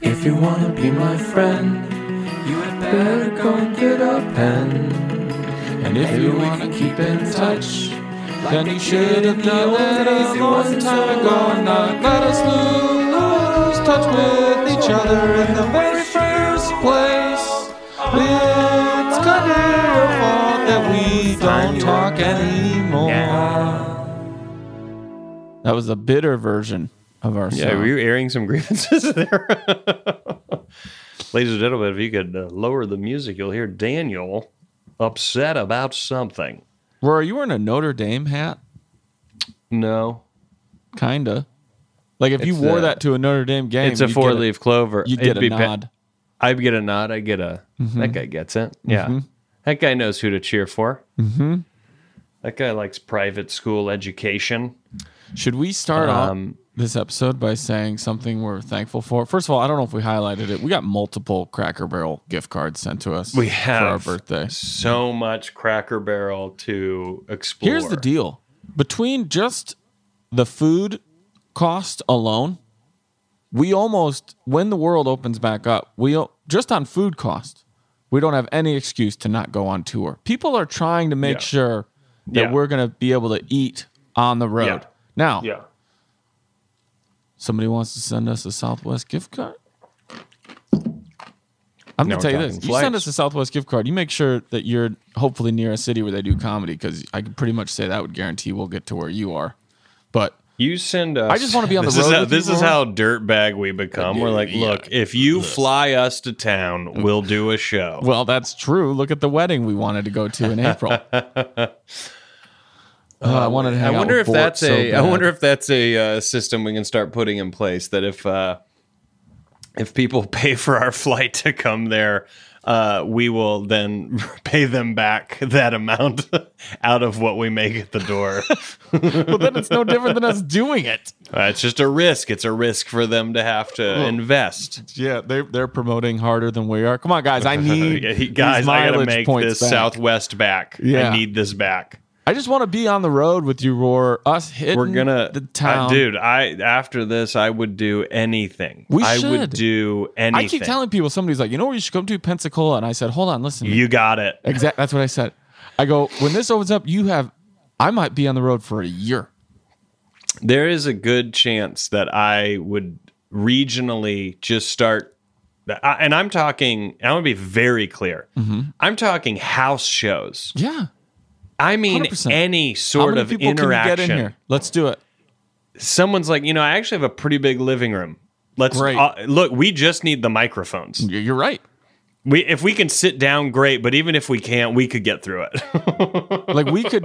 If you wanna be my friend, you had better go and get a pen. And if you wanna keep in touch, then you should have done it a long time ago and not let us lose touch with each other in the very first place. It's kind of your fault that we don't talk anymore. That was the bitter version of our Yeah, song. were you airing some grievances there? Ladies and gentlemen, if you could uh, lower the music, you'll hear Daniel upset about something. Rory, you wearing a Notre Dame hat? No, Kinda. Like if you It's wore a- that to a Notre Dame game, it's a you'd four get leaf clover. You'd It'd get a be pa- nod. Mm-hmm. I'd get a nod. I get a. That guy gets it. Yeah. That guy knows who to cheer for. Mm-hmm. That guy likes private school education. Should we start Um, off this episode by saying something we're thankful for? First of all, I don't know if we highlighted it. We got multiple Cracker Barrel gift cards sent to us. We for our have birthday. So much Cracker Barrel to explore. Here's the deal: between just the food cost alone, we almost when the world opens back up, we o- just on food cost, we don't have any excuse to not go on tour. People are trying to make Yeah. sure that Yeah. we're going to be able to eat on the road. Yeah. Now, Yeah. somebody wants to send us a Southwest gift card. I'm Now gonna we're tell you talking this: you send flights. us a Southwest gift card, you make sure that you're hopefully near a city where they do comedy, because I can pretty much say that would guarantee we'll get to where you are. But You send us. I just wanna be on the this road Is how, with you, this is Rory. how dirtbag we become. We're like, Yeah. look, if you fly us to town, we'll do a show. well, that's true. Look at the wedding we wanted to go to in April. Oh, I wanted to I hang out wonder with if Bort that's so a. I bad. wonder if that's a uh, system we can start putting in place that if uh, if people pay for our flight to come there, uh, we will then pay them back that amount out of what we make at the door. Well, then it's no different than us doing it. uh, it's just a risk. It's a risk for them to have to invest. Yeah, they're they're promoting harder than we are. Come on, guys, I need Yeah, he- these guys, I gotta mileage make points this back. Southwest back. Yeah. I need this back. I just want to be on the road with you, Roar. Us hitting We're gonna, the town, I, dude. I after this, I would do anything. We I should. would do anything. I keep telling people somebody's like, you know where you should come to Pensacola, and I said, hold on, listen. you got it. exactly. That's what I said. I go when this opens up, you have. I might be on the road for a year. There is a good chance that I would regionally just start. I, and I'm talking. I want to be very clear. Mm-hmm. I'm talking house shows. Yeah. I mean 100%. any How sort many of people can you interaction. get in here? Let's do it. Someone's like, you know, I actually have a pretty big living room. Let's Great. uh, look. We just need the microphones. Y- You're right. We if we can sit down, great. But even if we can't, we could get through it. Like we could.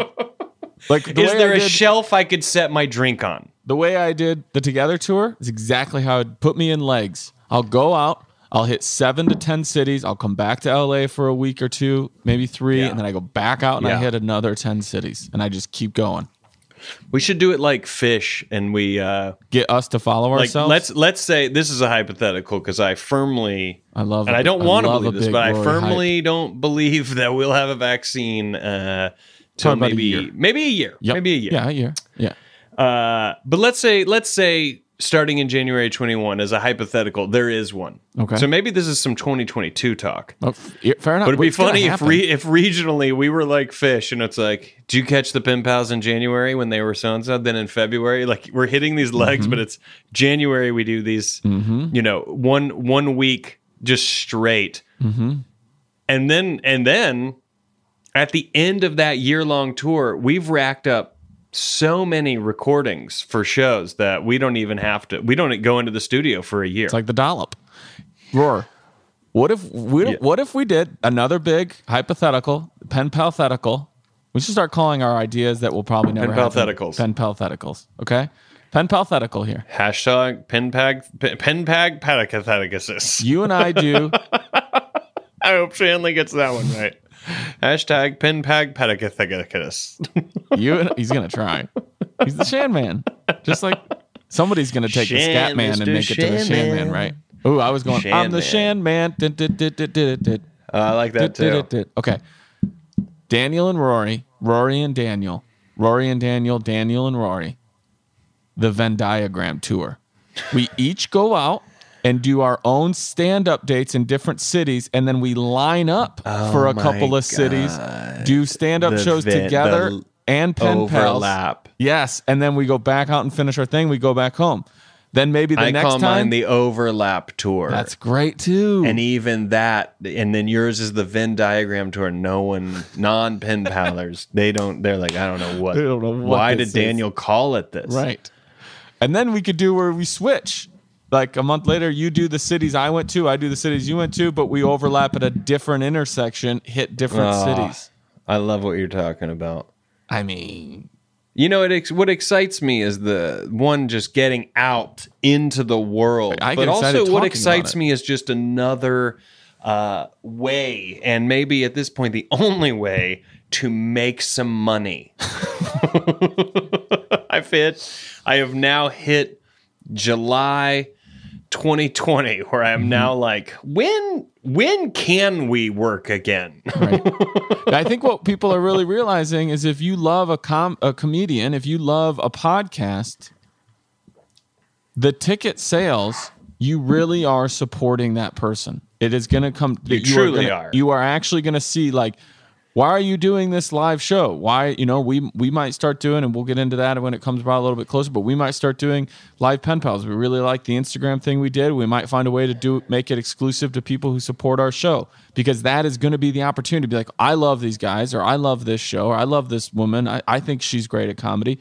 Like the Is way there I a did, shelf I could set my drink on? the way I did the Together tour is exactly how it put me in legs. I'll go out. I'll hit seven to ten cities. I'll come back to LA for a week or two, maybe three, Yeah. and then I go back out and I Yeah. hit another ten cities, and I just keep going. We should do it like fish, and we uh, Get us to follow like ourselves. let's let's say this is a hypothetical because I firmly I love and it. I don't I want to love a believe this, big but I glory firmly don't believe that we'll have a vaccine uh, till about a maybe year. maybe a year, Yep. maybe a year. Yeah, a year. Yeah. Uh, but let's say let's say starting in January 21 as a hypothetical, there is one. Okay. So maybe this is some 2022 talk. Oh, f- yeah, fair enough. But it'd be It's gonna funny if happen. re- if regionally we were like fish, and it's like, do you catch the pin pals in January when they were so and so? Then in February, like we're hitting these Mm-hmm. legs, but it's January we do these, you know, one one week just straight, Mm-hmm. and then and then at the end of that year long tour, we've racked up so many recordings for shows that we don't even have to. We don't go into the studio for a year. It's like the dollop. Roar. What if we what if we did another big hypothetical, pen palthetical? We should start calling our ideas that will probably never Penpaltheticals. Happen, pen paltheticals. Okay? Pen palthetical here. Hashtag penpag penpag patacatheticasis. You and I do I hope Shanley gets that one right. Hashtag penpag patacatheticasis. you and he's gonna try. He's the Shan Man. Just like somebody's gonna take the Shan, Scat Man and Mr. make it to the Shan Man, Shan Man. right? Ooh, I was going, Shan I'm the Man. Shan Man. Did, did, did, did, did, did. Uh, I like that Did- too. did- did- did. Okay. Daniel and Rory, Rory and Daniel, Rory and Daniel, Daniel and Rory. The Venn diagram tour. We each go out and do our own stand up dates in different cities, and then we line up for a Oh my couple of cities, do stand up The shows Venn- together, the and pen pals. Overlap. Yes, and then we go back out and finish our thing. We go back home. Then maybe the I next call time mine the overlap tour. that's great too. and even that, and then yours is the Venn diagram tour. No one, non pen palers, they don't. They're like, I don't know what. They don't know what why this did is. Daniel call it this? Right. And then we could do where we switch. Like a month later, you do the cities I went to, I do the cities you went to, but we overlap at a different intersection, hit different Ah. cities. I love what you're talking about. I mean, You know, it ex- what excites me is the one just getting out into the world, I get excited but also talking what about excites it. me is just another uh, way, and maybe at this point the only way to make some money. I've hit. I have now hit July 2020, where I Mm-hmm. am now like, when when can we work again? I think what people are really realizing is if you love a com- a comedian, if you love a podcast, the ticket sales, you really are supporting that person. It is going to come. You, truly gonna- are. You are actually going to see like, why are you doing this live show? Why you know we we might start doing, and we'll get into that when it comes about a little bit closer. But we might start doing live pen pals. We really like the Instagram thing we did. We might find a way to do make it exclusive to people who support our show because that is going to be the opportunity to be like, I love these guys, or I love this show, or I love this woman. I, I think she's great at comedy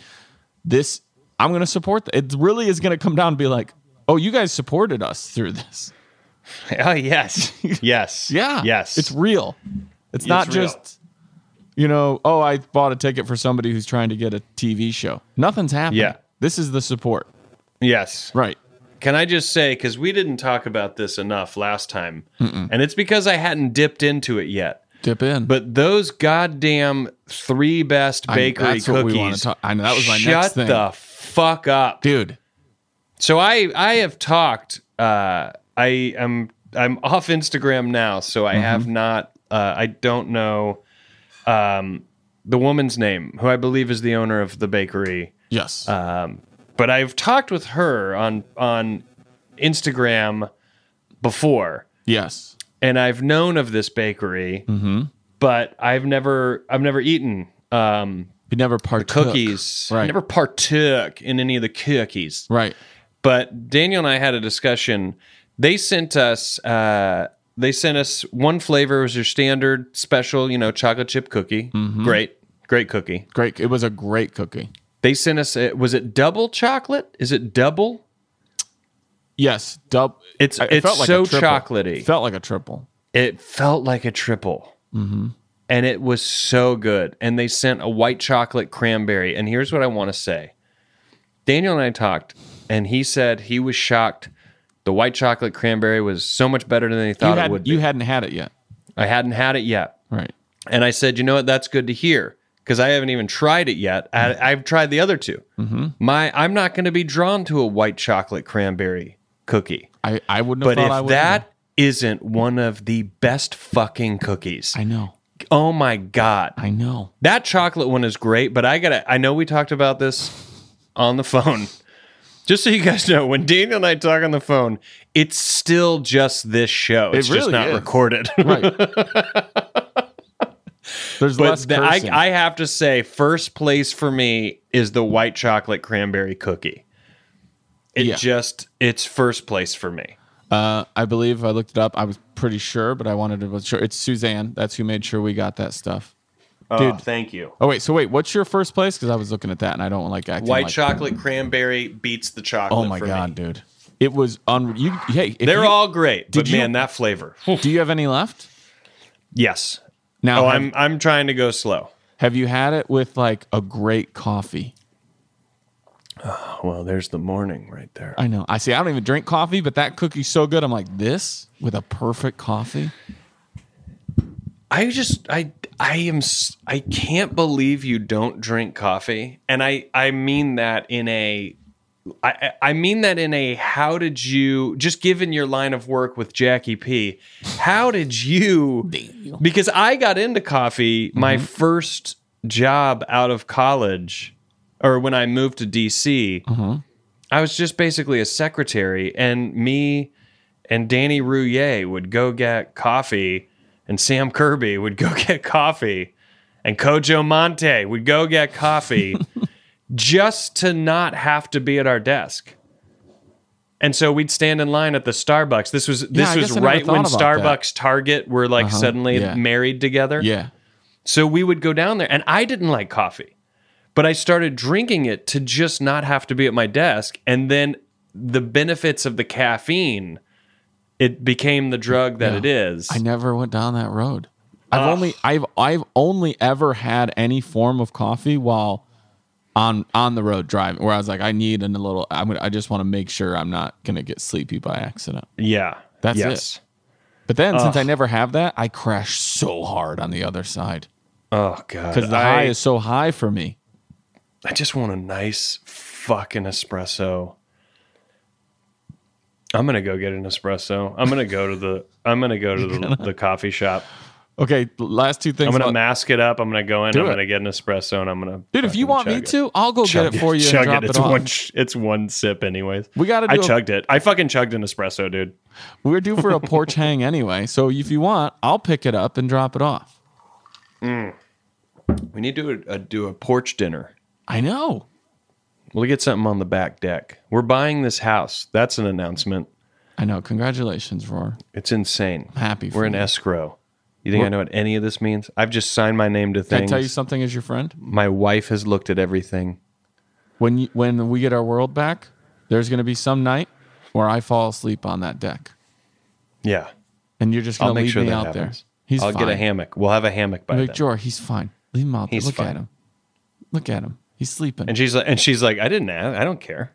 this I'm going to support. th- It really is going to come down and be like, oh, you guys supported us through this. oh yes, yes, Yeah. yes. It's real. It's, not real. just, you know, oh, I bought a ticket for somebody who's trying to get a TV show. Nothing's happening. Yeah. This is the support. yes, Right. Can I just say, because we didn't talk about this enough last time, and it's because I hadn't dipped into it yet. Dip in. But those goddamn three best I- bakery that's what we cookies. wanna talk- I know, that was my next shut thing. the fuck up. dude, So I I have talked. Uh, I am I'm off Instagram now, so I have Mm-hmm. not. Uh, I don't know um, the woman's name, who I believe is the owner of the bakery yes. Uh, but I've talked with her on on Instagram before, yes. and I've known of this bakery, Mm-hmm. but I've never I've never eaten um, You never partook. cookies. Right. Never partook in any of the cookies. Right. But Daniel and I had a discussion. They sent us uh, they sent us one flavor was your standard special, you know, chocolate chip cookie. Mm-hmm. Great, great cookie. Great. It was a great cookie. They sent us a, was it double chocolate? Is it double? Yes. Dub. It's- I- it's so triple. chocolatey. Felt like a triple. it felt like a triple. Mm-hmm. And it was so good. And they sent a white chocolate cranberry. And here's what I want to say Daniel and I talked, and he said he was shocked. The white chocolate cranberry was so much better than he You, thought it had, would you be. hadn't had it yet. I hadn't had it yet. Right. And I said, you know what? That's good to hear because I haven't even tried it yet. Mm-hmm. I, I've tried the other 2 My, I'm not going to be drawn to a white chocolate cranberry cookie. I, I wouldn't have But thought I if would. that isn't one of the best fucking cookies, I know. oh my god, I know. that chocolate one is great, but I gotta. I know we talked about this on the phone. Just so you guys know, when Daniel and I talk on the phone, it's still just this show. It's just really not is. recorded. Right. There's but less the- I, cursing. I have to say, first place for me is the white chocolate cranberry cookie. It Yeah. just it's first place for me. Uh, I believe I looked it up. I was pretty sure, but I wanted to be sure. It's Suzanne. That's who made sure we got that stuff. Dude, thank you. Oh wait, so wait, what's your first place? Because I was looking at that and I don't like acting White like- chocolate cranberry beats the chocolate. Oh my for god, me. dude, it was on. You hey, if they're you- all great, but you- man, that flavor. Do you have any left? yes. Now, Oh, have, I'm I'm trying to go slow. have you had it with like a great coffee? Oh, Well, there's the morning right there. I know. I see. I don't even drink coffee, but that cookie's so good. I'm like this with a perfect coffee. I just I I am s- I can't believe you don't drink coffee, and I I mean that in a I I- I mean that in a how did you just given your line of work with Jackie P, how did you because I got into coffee my Mm-hmm. first job out of college or when I moved to DC. Mm-hmm. I was just basically a secretary, and me and Danny Rouillet would go get coffee, and Sam Kirby would go get coffee, and Kojo Monte would go get coffee just to not have to be at our desk. And so we'd stand in line at the Starbucks. This was this I was guess I never right when thought about that. Starbucks Target were like suddenly Uh-huh. yeah. married together. Yeah. So we would go down there, and I didn't like coffee, but I started drinking it to just not have to be at my desk. And then the benefits of the caffeine, it became the drug that it is. I never went down that road. I've only I've I've only ever had any form of coffee while on on the road driving, where I was like, I need an- a little. I'm gonna, I just want to make sure I'm not gonna get sleepy by accident. Yeah. That's yes. But then since I never have that, I crash so hard on the other side Oh god. because the I, high is so high for me. I just want a nice fucking espresso. I'm gonna go get an espresso. I'm gonna go to the I'm gonna go to the, the coffee shop. Okay, the last two things. I'm gonna about- mask it up. I'm gonna go in. Do I'm it. gonna get an espresso, and I'm gonna Dude, if you fucking want me chug it. to, I'll go get chug it for you. Chug and drop it. it. It's off. one. sh- It's one sip, anyways. We gotta I do a- chugged it. I fucking chugged an espresso, dude. We're due for a porch hang anyway, so if you want, I'll pick it up and drop it off. We need to do a, do a porch dinner. I know. We'll get something on the back deck. We're buying this house. That's an announcement. I know. Congratulations, Roar. It's insane. happy for We're in you. escrow. You think I know what any of this means? I've just signed my name to Can I things. tell you something as your friend? My wife has looked at everything. When you, when we get our world back, there's going to be some night where I fall asleep on that deck, Yeah, and you're just I'll going to make leave sure me that out happens. there. He's I'll fine. get a hammock. We'll have a hammock by I'm then. like, "Jor, he's fine. Leave him out there. He's Look fine. at him. Look at him. He's sleeping. And she's like, and she's like, I didn't ask. I don't care.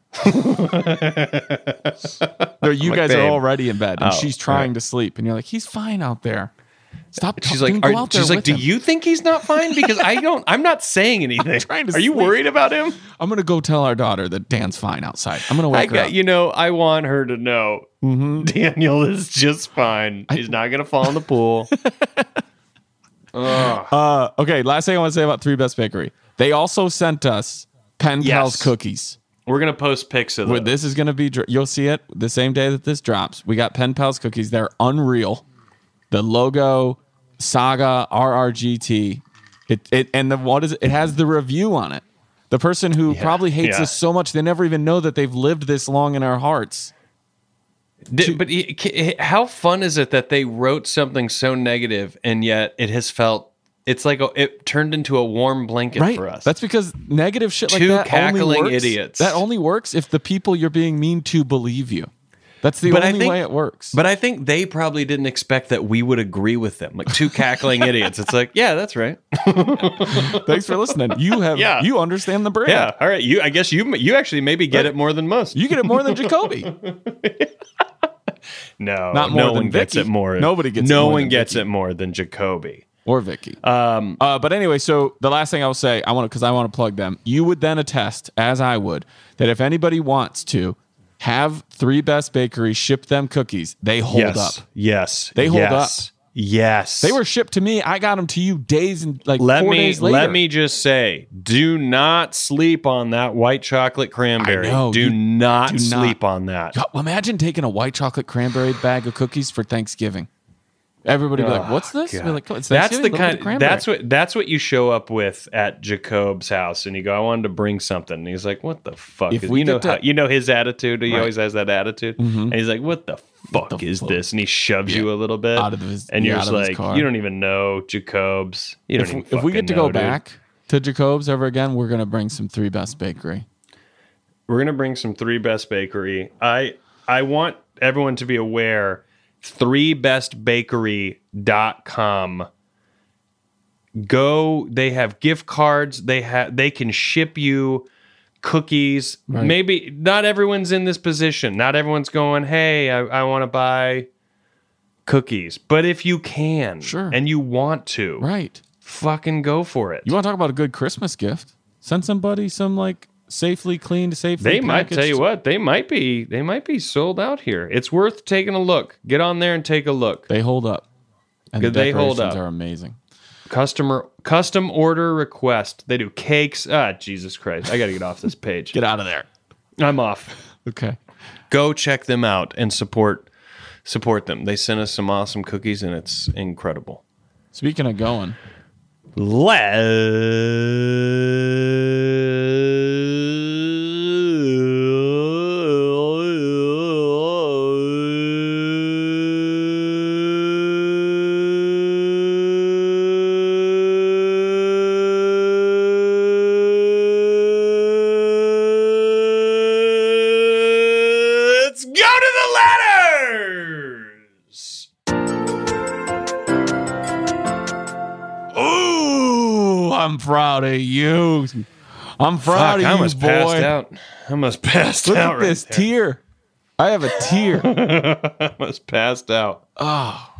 No, you like, guys "Babe." are already in bed, and Oh, she's trying right. to sleep, and you're like, he's fine out there. Stop. She's talking. like, Go are- out there she's like, with do him." you think he's not fine? Because I don't. I'm not saying anything. trying to are you sleep. worried about him? I'm gonna go tell our daughter that Dan's fine outside. I'm gonna I wake her got up. you know. I want her to know Mm-hmm. Daniel is just fine. He's not gonna fall in the pool. Uh, okay, last thing I want to say about Three Best Bakery. They also sent us pen pals Yes. cookies. We're gonna post pics of Where those. this is gonna be, dr- you'll see it the same day that this drops. We got pen pals cookies. They're unreal. The logo, Saga RRGT. It, it and the what is it? It has the review on it. The person who probably hates yeah. us so much they never even know that they've lived this long in our hearts. Di- but i- ca- how fun is it that they wrote something so negative and yet it has felt it's like a, it turned into a warm blanket right. for us. That's because negative shit like Two that cackling only works, idiots. That only works if the people you're being mean to believe you. That's the But I only think- way it works. but I think they probably didn't expect that we would agree with them. Like two cackling idiots. It's like, yeah, that's right. Thanks for listening. You have Yeah. you understand the brand. Yeah, all right. You, I guess you, you actually maybe get it more than most. You get it more than Jacoby. No, Not no more than one gets Vicky. it more. Nobody gets it no more than one gets it more than Jacoby. or Vicky. Um, uh, but anyway, so the last thing I will say, I want because I want to plug them. You would then attest, as I would, that if anybody wants to have three best bakeries ship them cookies, they hold yes. up. Yes. They hold yes. up. Yes. They were shipped to me. I got them to you days and like let four me days later. let me just say do not sleep on that white chocolate cranberry I know, do you not do not. sleep on that God, imagine taking a white chocolate cranberry bag of cookies for Thanksgiving. Everybody be like, "What's this?" We're like, "Oh, it's that's the Thanksgiving, look kind at that's what that's what you show up with at Jacob's house and you go I wanted to bring something and he's like what the fuck If is, we you know get to- how, you know his attitude he Right. Mm-hmm. always has that attitude and he's like what the fuck is this and he shoves you a little bit Out of his- and yeah, you're out just of his like car. you don't even know Jacob's you don't if, even if we fucking get to know, go dude. back to Jacob's ever again, we're gonna bring some three best bakery. we're gonna bring some three best bakery. I I want everyone to be aware threebestbakery.com go they have gift cards they have they can ship you cookies maybe not everyone's in this position not everyone's going hey i, I want to buy cookies but if you can Sure. and you want to Right. fucking go for it You want to talk about a good Christmas gift? Send somebody some like safely cleaned, safely. They might tell packaged- you what they might be. They might be sold out here. It's worth taking a look. Get on there and take a look. They hold up. And the They hold decorations up. Are amazing. Customer custom order request. They do cakes. Ah, Jesus Christ! I got to get off this page. Get out of there. I'm off. Okay. Go check them out and support support them. They sent us some awesome cookies and it's incredible. Speaking of going, Let's go to the letters. ooh, I'm proud of you. I'm proud Fuck, of I you, almost boy. passed out. I almost passed Look out. at right this there. tear. I have a tear. I almost passed out.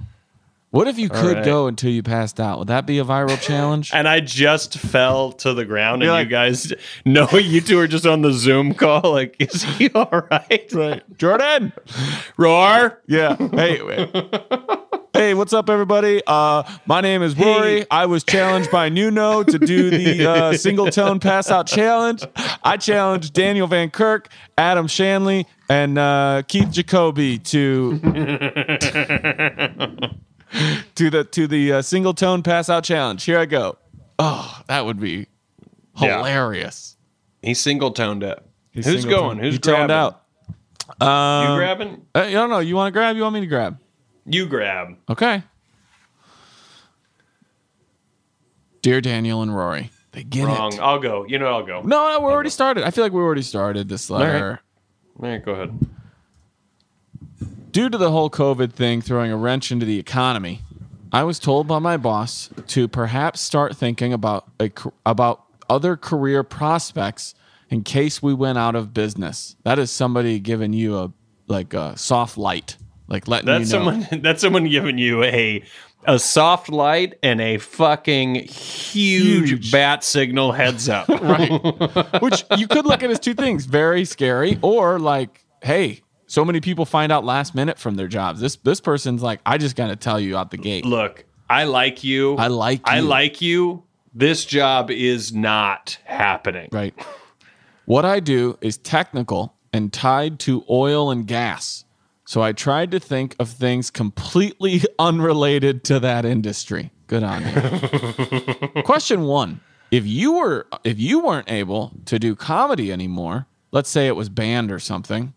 what if you could right. go until you passed out? Would that be a viral challenge? And I just fell to the ground, and You're you guys, no, you two are just on the Zoom call. Like, is he all right? right. Jordan. Roar. Yeah. Hey. wait. Hey, what's up, everybody? Uh, my name is Rory. I was challenged by Nuno to do the uh, single tone pass out challenge. I challenged Daniel Van Kirk, Adam Shanley, and uh, Keith Jacoby to to the to the uh, single tone pass out challenge. Here I go. Oh, that would be Yeah. hilarious. He single toned it. He's Who's single going? tone. Who's you toned grabbing? out? You Um, grabbing? uh, I don't know. You want to grab? You want me to grab? You grab. Okay. Dear Daniel and Rory, they get Wrong. it. I'll go. You know, I'll go. No, no, we're already started. I feel like we already started this letter. All right, go ahead. Due to the whole COVID thing throwing a wrench into the economy, I was told by my boss to perhaps start thinking about a, ca- about other career prospects in case we went out of business. That is somebody giving you a like a soft light, like letting That's you know. someone. That's someone giving you a a soft light and a fucking huge, Huge. bat signal heads up. Which you could look at as two things very scary, or like, hey, so many people find out last minute from their jobs. This this person's like, I just gotta tell you out the gate. Look, I like you. I like I you. like you. This job is not happening. Right. What I do is technical and tied to oil and gas. So I tried to think of things completely unrelated to that industry. Good on you. Question 1. If you were if you weren't able to do comedy anymore, let's say it was banned or something,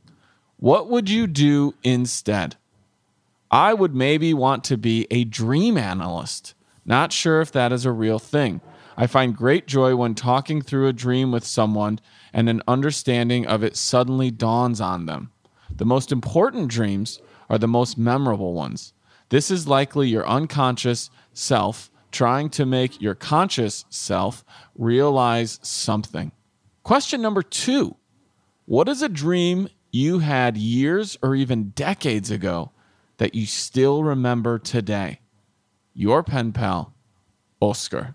what would you do instead? I would maybe want to be a dream analyst. Not sure if that is a real thing. I find great joy when talking through a dream with someone and an understanding of it suddenly dawns on them. The most important dreams are the most memorable ones. This is likely your unconscious self trying to make your conscious self realize something. Question number two. What is a dream you had years or even decades ago that you still remember today? Your pen pal, Oscar.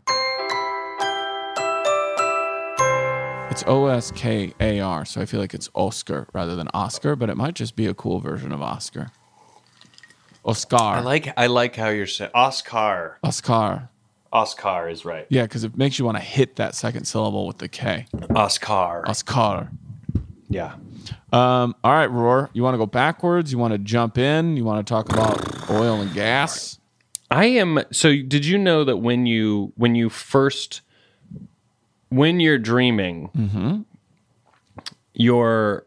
It's O S K A R, so I feel like it's Oscar rather than Oscar, but it might just be a cool version of Oscar. Oscar. I like I like how you're saying Oscar. Oscar. Oscar is right. Yeah, because it makes you want to hit that second syllable with the K. Oscar. Oscar. yeah. Um, all right, Roar. You want to go backwards? You want to jump in? You want to talk about oil and gas? I am so did you know that when you when you first when you're dreaming your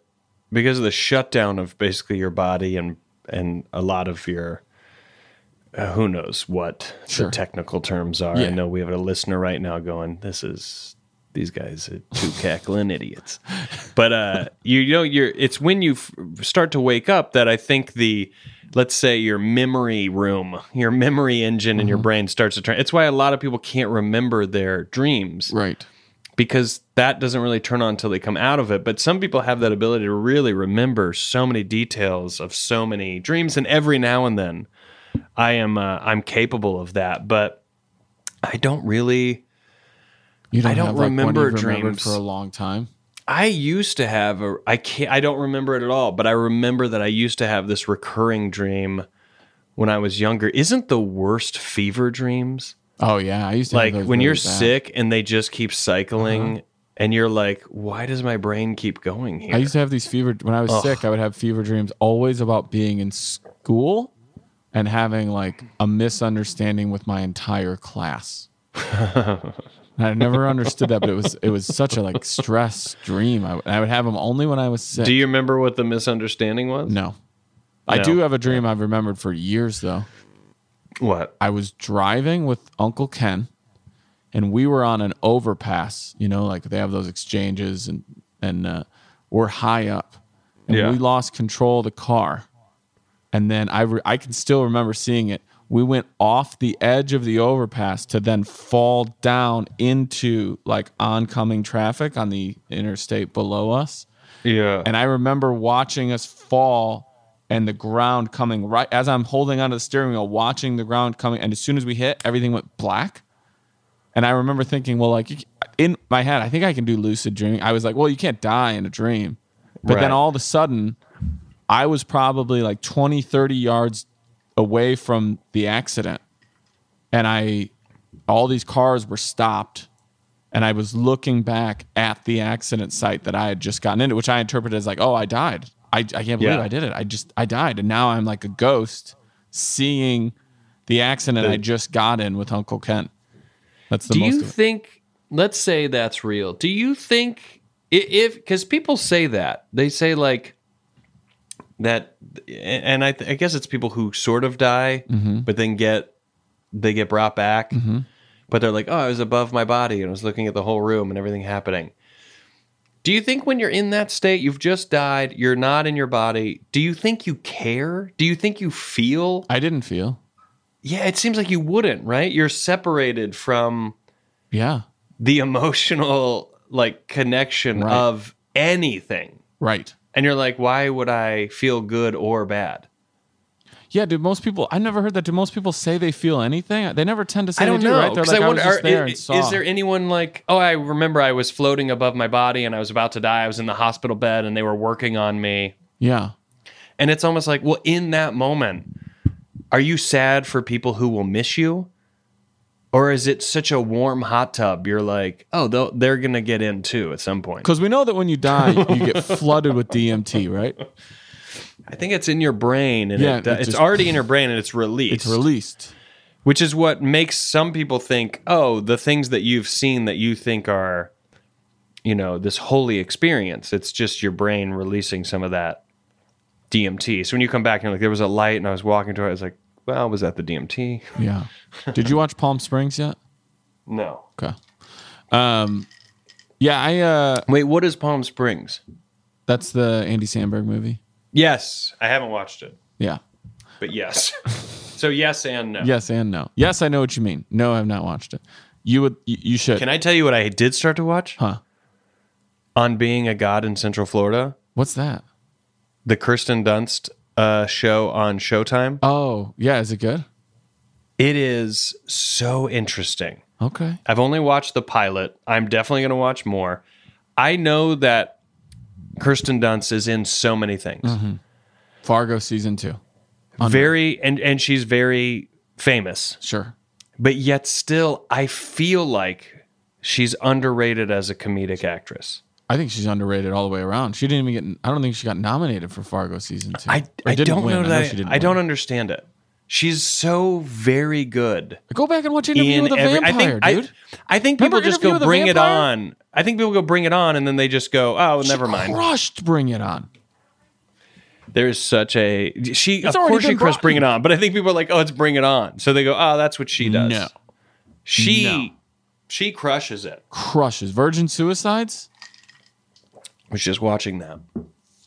because of the shutdown of basically your body and and a lot of your uh, who knows what Sure. the technical terms are. Yeah. I know we have a listener right now going this is these guys are two cackling idiots. But uh you know you're it's when you f- start to wake up that I think the let's say your memory room, your memory engine in your brain starts to turn. It's why a lot of people can't remember their dreams Right. because that doesn't really turn on until they come out of it. But some people have that ability to really remember so many details of so many dreams, and every now and then, I am uh, I'm capable of that. But I don't really. You I don't have, like, one remember you've remembered dreams. for a long time. I used to have a I can't I don't remember it at all, but I remember that I used to have this recurring dream when I was younger. Isn't the worst fever dreams? Oh yeah, I used to like have those when really you're bad. Uh-huh. sick and they just keep cycling and you're like, why does my brain keep going here? I used to have these fever when I was sick. I would have fever dreams always about being in school and having like a misunderstanding with my entire class. And I never understood that, but it was it was such a like stress dream. I, would- I would have them only when I was sick. Do you remember what the misunderstanding was? No, I No. do have a dream I've remembered for years though. What? I was driving with Uncle Ken, and we were on an overpass. You know, like they have those exchanges, and and uh, we're high up, and Yeah. we lost control of the car. And then I re- I can still remember seeing it. We went off the edge of the overpass to then fall down into like oncoming traffic on the interstate below us. Yeah. And I remember watching us fall and the ground coming right as I'm holding onto the steering wheel, watching the ground coming. And as soon as we hit, everything went black. And I remember thinking, well, like you ca- in my head, I think I can do lucid dreaming. I was like, well, you can't die in a dream. But Right. then all of a sudden, I was probably like 20, 30 yards away from the accident. And I, all these cars were stopped and I was looking back at the accident site that I had just gotten into, which I interpreted as like, oh, I died. I, I can't believe Yeah. I did it. I just I died, and now I'm like a ghost seeing the accident I just got in with Uncle Ken. That's the Do most. you of it. think let's say that's real. Do you think i- if cuz people say that. They say like that and I, th- I guess it's people who sort of die Mm-hmm. but then get they get brought back. But they're like, "Oh, I was above my body and I was looking at the whole room and everything happening." Do you think when you're in that state, you've just died, you're not in your body, do you think you care? Do you think you feel I didn't feel. Yeah, it seems like you wouldn't, right? You're separated from Yeah, the emotional like connection Right. of anything. right. And you're like, why would I feel good or bad? Yeah, do most people? I never heard that. Do most people say they feel anything? They never tend to say they do, right? They're 'cause like, I, was wonder, just are- there i- and is, saw. there anyone like, oh, I remember I was floating above my body and I was about to die. I was in the hospital bed and they were working on me. yeah, And it's almost like, well, in that moment, are you sad for people who will miss you? Or is it such a warm hot tub? You're like, oh, they'll- they're going to get in too at some point. because we know that when you die, you get flooded with DMT, right? I think it's in your brain, and Yeah, it, do- it it's just- already in your brain, and it's released, It's released. which is what makes some people think, oh, the things that you've seen that you think are, you know, this holy experience. It's just your brain releasing some of that DMT. So when you come back and you're like, there was a light, and I was walking to it, I was like, well, was that the DMT? Yeah. Did you watch Palm Springs yet? No. Okay. Um, yeah, I. Uh, Wait, what is Palm Springs? that's the Andy Sandberg movie. Yes, I haven't watched it, Yeah. but yes. so yes and no. Yes and no. Yes, I know what you mean. No, I've not watched it. You would. You, you should. Can I tell you what I did start to watch? Huh. On being a god in Central Florida. What's that? the Kirsten Dunst uh, show on Showtime. Oh, yeah. Is it good? It is so interesting. Okay. I've only watched the pilot. I'm definitely going to watch more. I know that Kirsten Dunst is in so many things. Fargo season two. Very and and she's very famous. Sure. But yet still I feel like she's underrated as a comedic actress. I think she's underrated all the way around. She didn't even get. I don't think she got nominated for Fargo season two. I, Or I didn't don't win. know that I, she didn't I don't win. understand it. She's so very good. Go back and watch Interview in with a every- Vampire, I think, dude. I, I think Remember people just Interview go with a bring it Vampire? on. I think people go bring it on, and then they just go, "Oh, She never mind." Crushed. Bring it on. There is such a she. of already course, she been crushed brought- "Bring It On," but I think people are like, "Oh, it's Bring It On," so they go, "Oh, that's what she does." No. she No. she crushes it. Crushes. Virgin Suicides. I was just watching that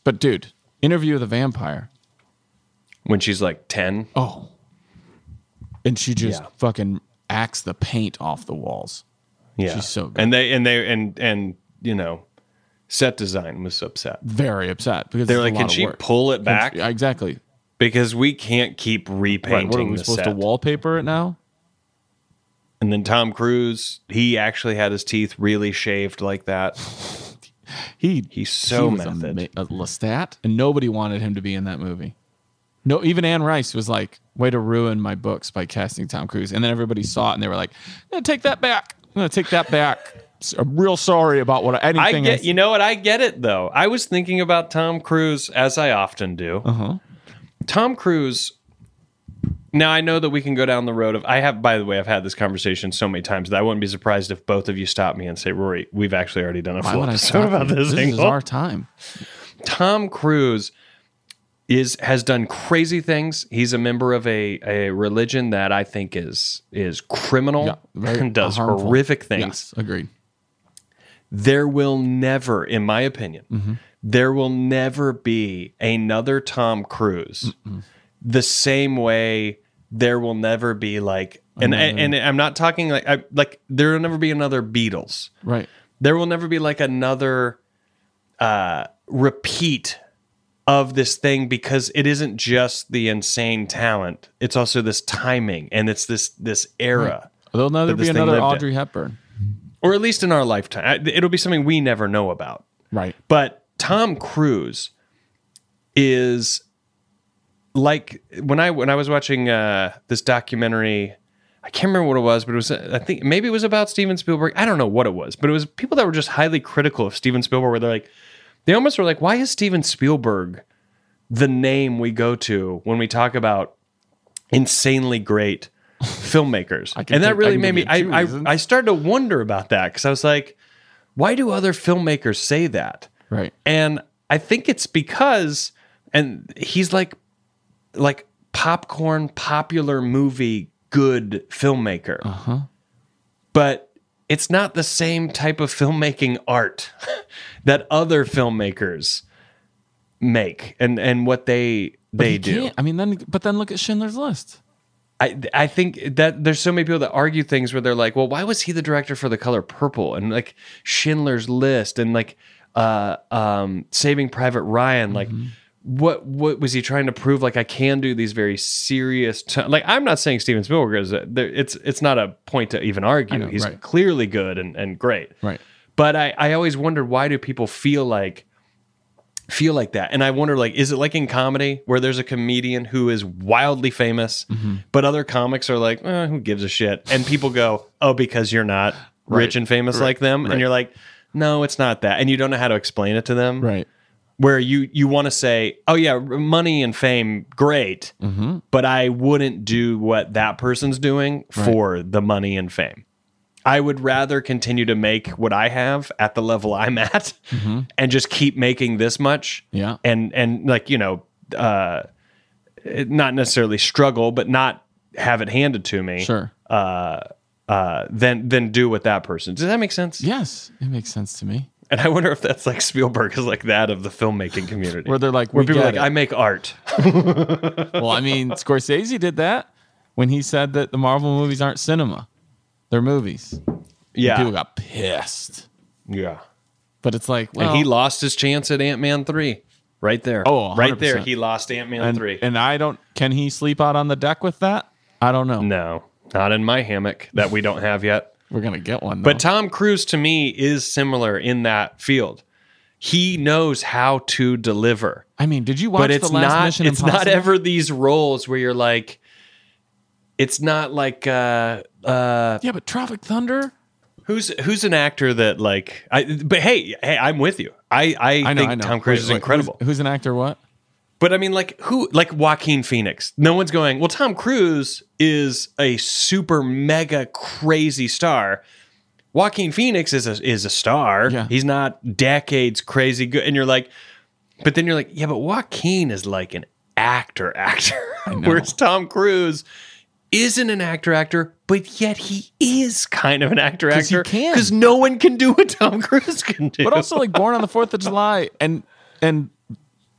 But dude, Interview with a Vampire. when she's like ten. Oh. And she just Yeah. fucking acts the paint off the walls. Yeah, she's so good. And they and they and and you know, set design was upset. Very upset because They're it's a like, lot "Can of she work." pull it back?" Yeah, exactly. Because we can't keep repainting Right, what are we the supposed set. to wallpaper it now? And then Tom Cruise, he actually had his teeth really shaved like that. He He's so was a method. ma- a Lestat, and nobody wanted him to be in that movie. No, even Anne Rice was like, "Way to ruin my books by casting Tom Cruise," and then everybody saw it and they were like, "I'm gonna take that back. I'm gonna take that back." S- I'm real sorry about what anything. I get, s- you know what? I get it though. I was thinking about Tom Cruise as I often do. Uh-huh. Tom Cruise. Now I know that we can go down the road of. I have, by the way, I've had this conversation so many times that I wouldn't be surprised if both of you stop me and say, "Rory, we've actually already done a Why full would I episode stop about you? this." This is angle." our time. Tom Cruise is has done crazy things. He's a member of a, a religion that I think is is criminal Yeah, very and does harmful. horrific things. Yes, agreed. there will never, in my opinion, there will never be another Tom Cruise the same way there will never be like and and, and I'm not talking like I, like there will never be another Beatles. Right. There will never be like another uh repeat of this thing because it isn't just the insane talent. It's also this timing and it's this this era There'll never That this be thing another lived in. Audrey Hepburn. or at least in our lifetime. I- It'll be something we never know about. Right. But Tom Cruise is like when I when I was watching uh, this documentary, I can't remember what it was, but it was I think maybe it was about Steven Spielberg. I don't know what it was, but it was people that were just highly critical of Steven Spielberg. Where they're like, they almost were like, why is Steven Spielberg the name we go to when we talk about insanely great filmmakers? I can and that take- I really can made give me you two I, reasons. I I started to wonder about that because I was like, why do other filmmakers say that? Right. and I think it's because and he's like like popcorn popular movie good filmmaker. Uh-huh. But it's not the same type of filmmaking art that other filmmakers make and and what they But they he do. can't- I mean, then but then look at Schindler's List. I I think that there's so many people that argue things where they're like, well, why was he the director for The Color Purple and like Schindler's List and like uh um Saving Private Ryan like Mm-hmm. what what was he trying to prove like I can do these very serious t- like I'm not saying Steven Spielberg is a, there, it's it's not a point to even argue. know, He's right. clearly good and and great. Right. But I I always wondered why do people feel like feel like that. And I wonder, like, is it like in comedy where there's a comedian who is wildly famous, but other comics are like, eh, who gives a shit? And people go, oh, because you're not rich and famous like them. And you're like, no, it's not that. And you don't know how to explain it to them. Right. Where you you want to say, oh yeah, r- money and fame, great, Mm-hmm. but I wouldn't do what that person's doing for the money and fame. I would rather continue to make what I have at the level I'm at and just keep making this much. Mm-hmm. Yeah. And and like, you know, uh it- not necessarily struggle, but not have it handed to me. Sure. Uh uh then then do what that person. Does that make sense? Yes, it makes sense to me. And I wonder if that's like Spielberg is like that of the filmmaking community. Where they're like, where "We people are get like, it." I make art. Well, I mean, Scorsese did that when he said that the Marvel movies aren't cinema; they're movies. Yeah. People got pissed, yeah. but it's like, well, and he lost his chance at Ant Man three. Right there. Oh, right there. 100%. He lost Ant Man and, three. and I don't. Can he sleep out on the deck with that? I don't know. No, not in my hammock that we don't have yet. We're gonna get one. But though. Tom Cruise to me is similar in that field. He knows how to deliver, I mean, did you watch but it's the last not Mission it's Impossible? not ever these roles where you're like it's not like uh uh Yeah, but Traffic Thunder. who's who's an actor that like I but hey, hey, I'm with you. I I, I know. think I know. Tom Cruise Wait, is wait, incredible. Who's, who's an actor? What? But I mean, like who, like Joaquin Phoenix? No one's going. Well, Tom Cruise is a super mega crazy star. Joaquin Phoenix is a is a star. Yeah. He's not decades crazy good. And you're like, but then you're like, yeah, but Joaquin is like an actor actor, whereas Tom Cruise isn't an actor actor, but yet he is kind of an actor 'Cause he actor can. because no one can do what Tom Cruise can do. But also like Born on the Fourth of July and and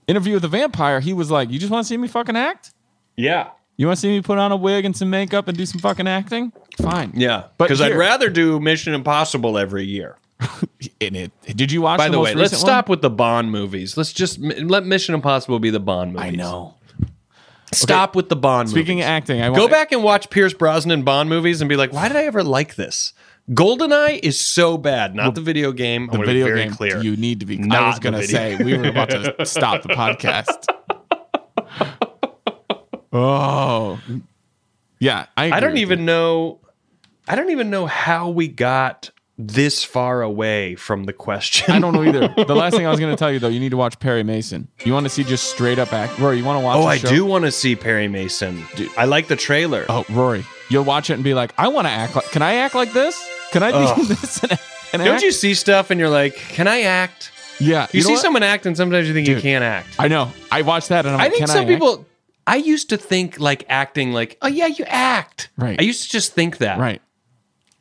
Interview with the Vampire. He was like, "You just want to see me fucking act? yeah. You want to see me put on a wig and some makeup and do some fucking acting? Fine. Yeah, But because I'd here- rather do Mission Impossible every year. In it. Did you watch? By the, most way, let's recent stop with the Bond movies. Let's just m- let Mission Impossible be the Bond One? movies. I know. Stop with the Bond Speaking movies. of acting, I Go want- back and watch Pierce Brosnan Bond movies and be like, why did I ever like this? Goldeneye is so bad. Not the video game. I The wanna be video very game. clear. You need to be. I Not was the gonna video. say we were about to stop the podcast. oh, yeah. I, I agree don't with even know. I don't even know how we got this far away from the question. I don't know either. The last thing I was going to tell you though, you need to watch Perry Mason. You want to see just straight up act, Rory? You want to watch? oh, the I show? do want to see Perry Mason. I like the trailer. Oh, Rory, you'll watch it and be like, I want to act. like Can I act like this? Can I do this? And, and don't act? you see stuff and you're like, can I act? Yeah, You, know see what? someone act and sometimes you think you Dude. can't act. I know. I watched that and I'm I like, think can some I act? people. I used to think like acting, like oh yeah, you act. Right. I used to just think that. Right.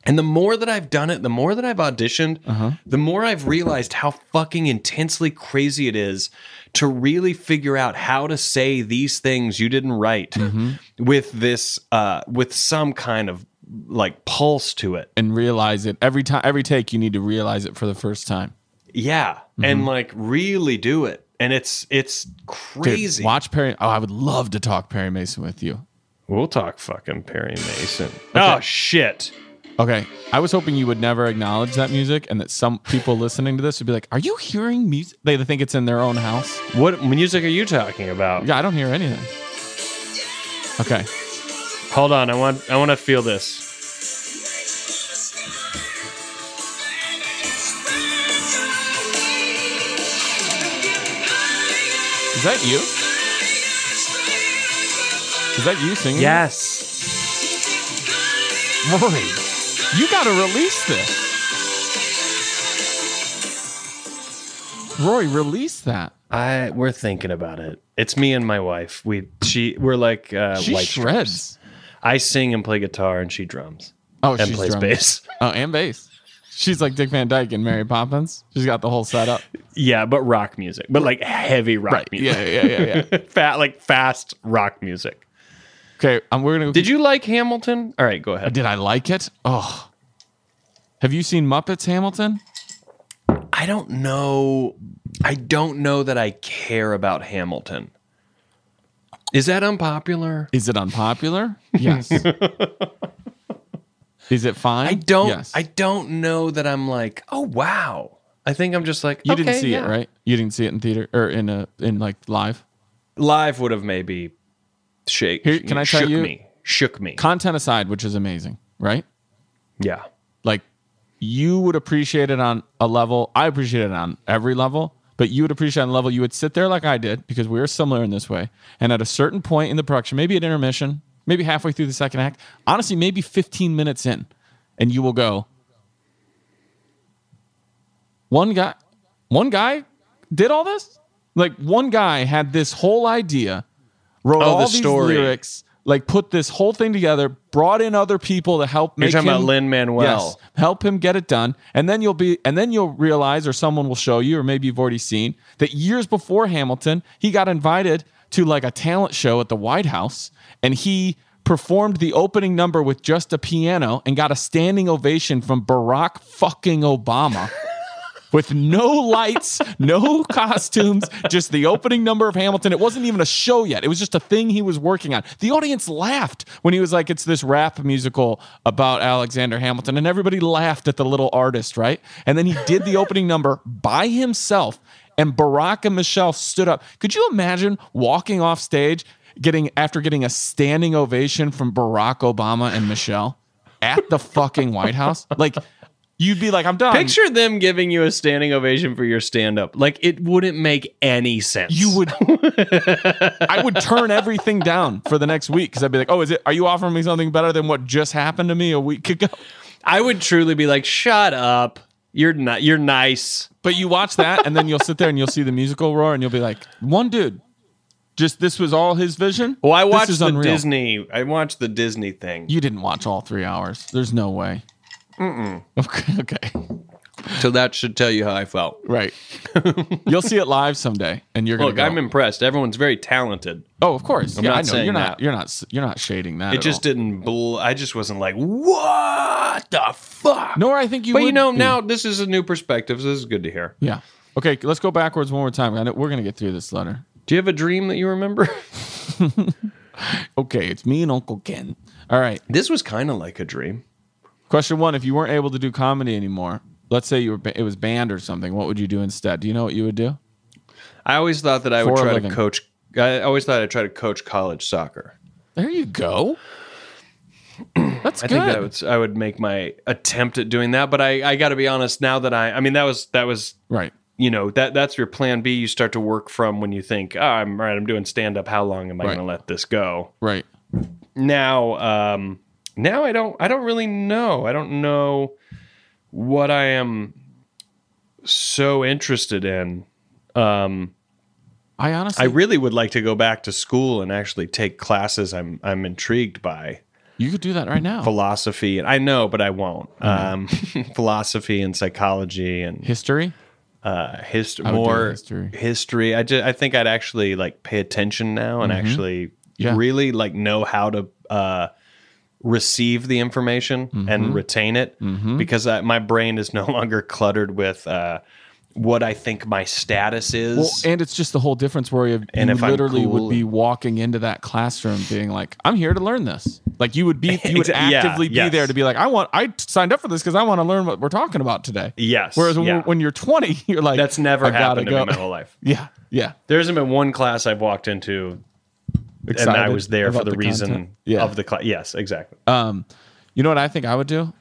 And the more that I've done it, the more that I've auditioned, Uh-huh. the more I've realized how fucking intensely crazy it is to really figure out how to say these things you didn't write Mm-hmm. with this, uh, with some kind of like pulse to it. And realize it every time, every take. You need to realize it for the first time. Yeah, and like really do it. And it's it's Mm-hmm. Dude, crazy. watch Perry. Oh, I would love to talk Perry Mason with you. We'll talk fucking Perry Mason. Oh shit. Okay, I was hoping you would never acknowledge that music, and that some people listening to this would be like, "Are you hearing music?" They think it's in their own house. What music are you talking about? Yeah, I don't hear anything. Okay. Hold on, I want I want to feel this. Is that you? Is that you singing? Yes. Rory, you gotta release this. Rory, release that. I we're thinking about it. It's me and my wife. We she we're like uh She white stripes. shreds. I sing and play guitar and she drums Oh, and she's plays drumming. bass. Oh, and bass. She's like Dick Van Dyke and Mary Poppins. She's got the whole setup. Yeah, but rock music. But like heavy rock music. Yeah, yeah, yeah, yeah. Fat like fast rock music. Okay, um, we're gonna. Did you like Hamilton? All right, go ahead. Did I like it? Oh, have you seen Muppets Hamilton? I don't know. I don't know that I care about Hamilton. Is that unpopular? Is it unpopular? Yes. Is it fine? I don't. Yes. I don't know that I'm like, oh wow. I think I'm just like You didn't okay, see yeah. it, right? You didn't see it in theater or in a in like live. Live would have maybe shake. Here, can I tell shook you- Me, shook me. Content aside, which is amazing, right? yeah. Like you would appreciate it on a level. I appreciate it on every level, but you would appreciate it on a level. You would sit there like I did because we were similar in this way. And at a certain point in the production, maybe at intermission, maybe halfway through the second act, honestly, maybe 15 minutes in, and you will go. One guy, one guy did all this. Like one guy had this whole idea wrote Oh, all the these story. lyrics, like put this whole thing together, brought in other people to help You're make talking him, about Lin-Manuel. Yes, help him get it done, and then you'll be, and then you'll realize, or someone will show you, or maybe you've already seen that years before Hamilton, he got invited to like a talent show at the White House, and he performed the opening number with just a piano and got a standing ovation from Barack fucking Obama. with no lights, no costumes, just the opening number of Hamilton. It wasn't even a show yet. It was just a thing he was working on. The audience laughed when he was like, it's this rap musical about Alexander Hamilton. And everybody laughed at the little artist, right? And then he did the opening number by himself. And Barack and Michelle stood up. Could you imagine walking off stage, getting after getting a standing ovation from Barack Obama and Michelle at the fucking White House? Like, you'd be like, I'm done. Picture them giving you a standing ovation for your stand up. Like it wouldn't make any sense. you would i would turn everything down for the next week because i'd be like oh is it are you offering me something better than what just happened to me a week ago I would truly be like, "Shut up. You're not you're nice." but you watch that and then you'll sit there and you'll see the musical roar and you'll be like one dude just this was all his vision Well, Oh, I This watched is the unreal." Disney. I watched the Disney thing you didn't watch all three hours there's no way okay okay So that should tell you how I felt. right you'll see it live someday and you're gonna Look, go, I'm impressed. Everyone's very talented. oh of course yeah, i not know saying you're not that. you're not s- you're not shading that It just didn't. Bl- I just wasn't like, what the fuck? nor i think you but you would know, be. now this is a new perspective. So this is good to hear. yeah okay let's go backwards one more time I know we're gonna get through this letter Do you have a dream that you remember? Okay, it's me and Uncle Ken. All right. this was kind of like a dream. Question one: If you weren't able to do comedy anymore, let's say you were ba- it was banned or something, what would you do instead? Do you know what you would do? I always thought that I would For a try to living. coach. I always thought I'd try to coach college soccer. There you go. That's I good. think that would I would make my attempt at doing that. But I I got to be honest. Now that I I mean that was that was right. you know that that's your plan B. You start to work from when you think oh, I'm right. I'm doing stand up. How long am I Right. going to let this go? Right. now um now i don't i don't really know i don't know what i am so interested in I i honestly, really would like to go back to school and actually take classes i'm i'm intrigued by you could do that right now. philosophy and i know but i won't um philosophy and psychology and History. uh history would do more history. history, i just i think i'd actually like pay attention now and actually Mm-hmm. Yeah. really like know how to uh receive the information Mm-hmm. and retain it because I, my brain is no longer cluttered with uh what i think my status is Well, and it's just the whole difference where you, And you if I'm literally cool would be walking into that classroom being like, "I'm here to learn this." Like you would be, you would Exa- yeah, actively be yes. there to be like, "I want, I signed up for this because I want to learn what we're talking about today." Yes, Whereas when- yeah. when you're 20, you're like, that's never "I gotta happened to me go." in my whole life Yeah, yeah. there hasn't been one class i've walked into and i Excited was there for about the, content. reason Yeah. Uh, of the class yes exactly You know what I think I would do?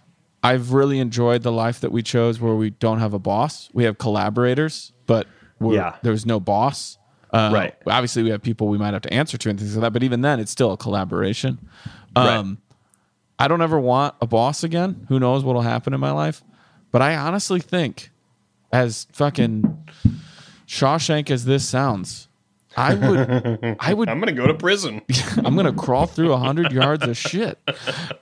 I've really enjoyed the life that we chose where we don't have a boss. We have collaborators, but we're, Yeah. there's no boss. Uh, Right. Obviously, we have people we might have to answer to and things like that, but even then, it's still a collaboration. Um, I don't ever want a boss again. Who knows what'll happen in my life? But I honestly think, as fucking Shawshank as this sounds, I would, I would i'm gonna go to prison I'm gonna crawl through hundred yards of shit.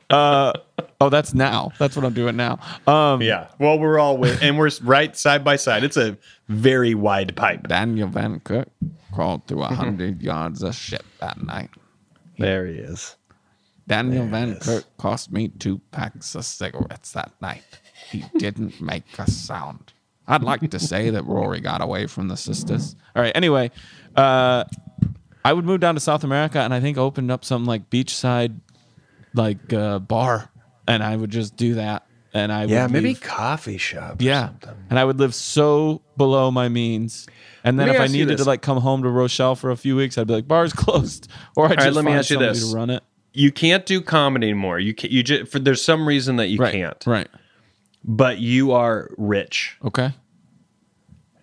Uh, oh, that's now. That's what I'm doing now. Um, Yeah. Well, we're all with, and we're right side by side. It's a very wide pipe. Daniel Van Cook crawled through hundred yards of shit that night. Mm-hmm. There he is. Daniel Van Kirk cost me two packs of cigarettes that night. He didn't make a sound. I'd like to say that Rory got away from the sisters. All right. Anyway, uh, I would move down to South America and I think opened up some like beachside, like uh, bar, and I would just do that. And I Yeah, would maybe leave- coffee shop. yeah, and I would live so below my means. And then Let me if I ask you needed to this. like come home to Rochelle for a few weeks, I'd be like, "Bar's closed," or I just let me find ask you somebody this. to run it. You can't do comedy anymore. You can, you just for there's some reason that you Right, can't. right, But you are rich. okay.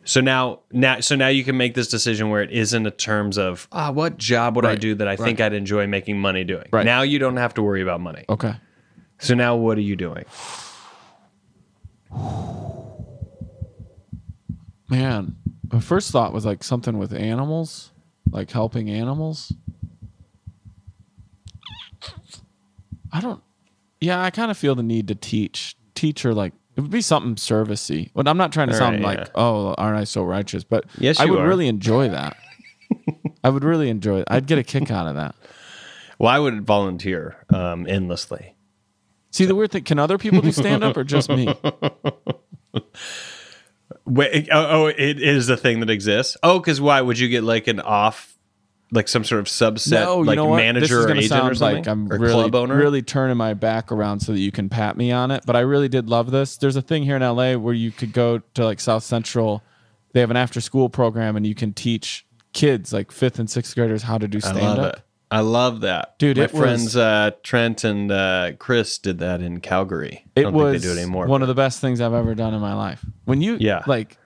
So now now so now you can make this decision where it isn't in terms of ah what job would I Right, do that I think I'd enjoy making money doing. Right. Now you don't have to worry about money. Okay. So now what are you doing? Man, my first thought was like something with animals, like helping animals. I don't. Yeah, I kind of feel the need to teach, teacher like it would be something servicey. But I'm not trying to All sound right, like, yeah. oh, aren't I so righteous? But Yes, I you would are. really enjoy that. I would really enjoy it. I'd get a kick out of that. Well, I would volunteer um, endlessly. See the weird thing: can other people do stand up or just me? Wait, oh, oh, it is a thing that exists. Oh, because why would you get like an off, like some sort of subset, no, you like know what? this manager is or gonna agent sound or something, like I'm or really, club owner? really turning my back around so that you can pat me on it. But I really did love this. There's a thing here in LA where you could go to like South Central. They have an after school program and you can teach kids like fifth and sixth graders how to do I stand love up. it. I love that, Dude, My it was- friends uh, Trent and uh, Chris did that in Calgary. I It don't was think they do it anymore. one of the best things I've ever done in my life. When you Yeah. like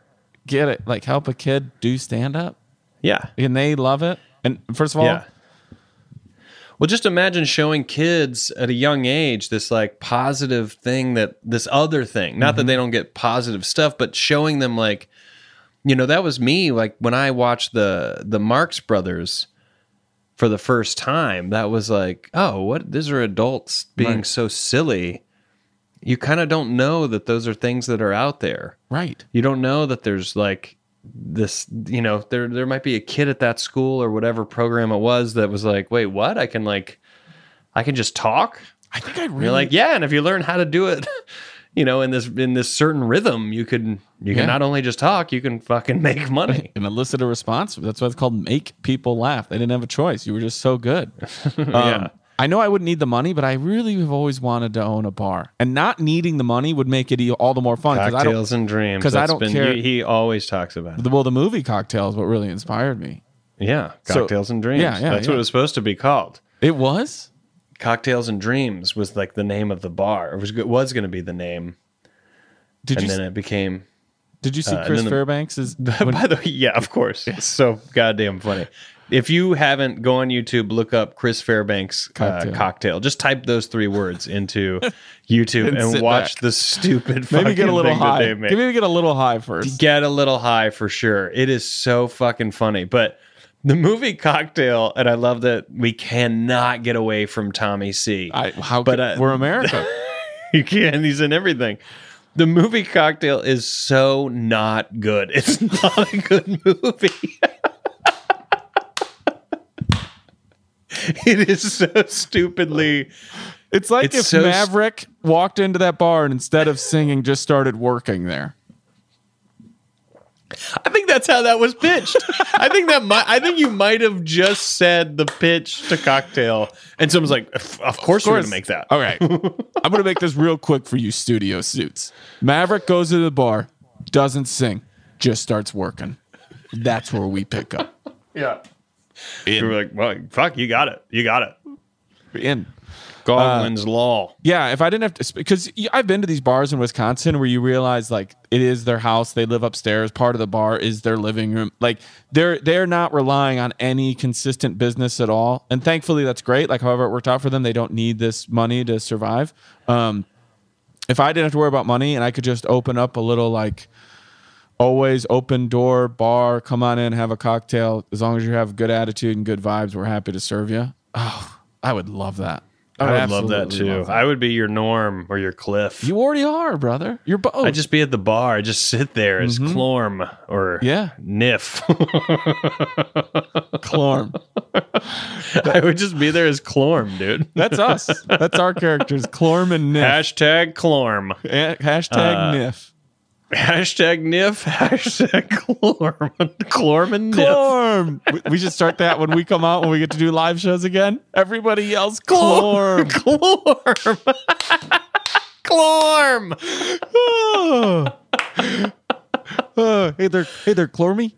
get it, like help a kid do stand up yeah, and they love it. And first of all, yeah. Well, just imagine showing kids at a young age this like positive thing that this other thing. Not that they don't get positive stuff, but showing them like, you know, that was me. Like when I watched the the Marx Brothers for the first time, that was like, oh, what? These are adults being so silly. You kind of don't know that those are things that are out there right. you don't know that there's like this you know there there might be a kid at that school or whatever program it was that was like wait what i can like i can just talk I think I And you're really like yeah and if you learn how to do it you know in this in this certain rhythm you can you Yeah. can not only just talk you can fucking make money and elicit a response. That's why it's called make people laugh. They didn't have a choice. You were just so good. Um, I know I would need the money, but I really have always wanted to own a bar. And not needing the money would make it e- all the more fun. 'cause I cocktails don't, and dreams 'cause I That's don't care- he, he always talks about it. the, well, the movie Cocktails what really inspired me. yeah So- cocktails and dreams Yeah, yeah, that's yeah. what it was supposed to be called It was? cocktails and dreams was like the name of the bar it was was going to be the name Did and you then s- it became did you see uh, and Chris then the- Fairbanks's By the way, yeah, of course. It's so goddamn funny. If you haven't, go on YouTube, look up Chris Fairbanks cocktail. Cocktail. Uh, cocktail. Just type those three words into YouTube and, And sit watch back. the stupid fucking maybe get a little thing that high? they make. Maybe get a little high first. Get a little high for sure. It is so fucking funny. But the movie Cocktail, and I love that we cannot get away from Tommy C. I, how But, could- uh, we're America. You can. He's in everything. The movie Cocktail is so not good. It's not a good movie. it is so stupidly. It's like It's if so s- Maverick walked into that bar and instead of singing, just started working there. I think that's how that was pitched. I think that might. I think you might have just said the pitch to Cocktail, and someone's like, "Of course, we're gonna make that." All right. I'm going to make this real quick for you, studio suits. Maverick goes to the bar, doesn't sing, just starts working. That's where we pick up. Yeah. You were like, "Well, fuck, you got it. You got it." Uh, In. Godwin's law. Yeah, if I didn't have to, because you- I've been to these bars in Wisconsin where you realize like it is their house, they live upstairs. Part of the bar is their living room. Like they're they're not relying on any consistent business at all. And thankfully, that's great. Like however it worked out for them, they don't need this money to survive. Um, if I didn't have to worry about money and I could just open up a little like always open door bar, come on in, have a cocktail. As long as you have good attitude and good vibes, we're happy to serve you. Oh, I would love that. I would love that absolutely too. love that. I would be your Norm or your Cliff. You already are, brother. You're both. I'd just be at the bar. I'd just sit there as Clorm or Mm-hmm. Yeah. Niff. Clorm. I would just be there as Clorm, dude. That's us. That's our characters. Clorm and Niff. Hashtag Clorm. Eh, Hashtag Niff. Hashtag Niff. Hashtag Clorm. Clorm and Niff. Clorm. We- we should start that when we come out when we get to do live shows again. Everybody yells Clorm. Clorm. Clorm. Oh. Oh, hey there, hey there, Clormy.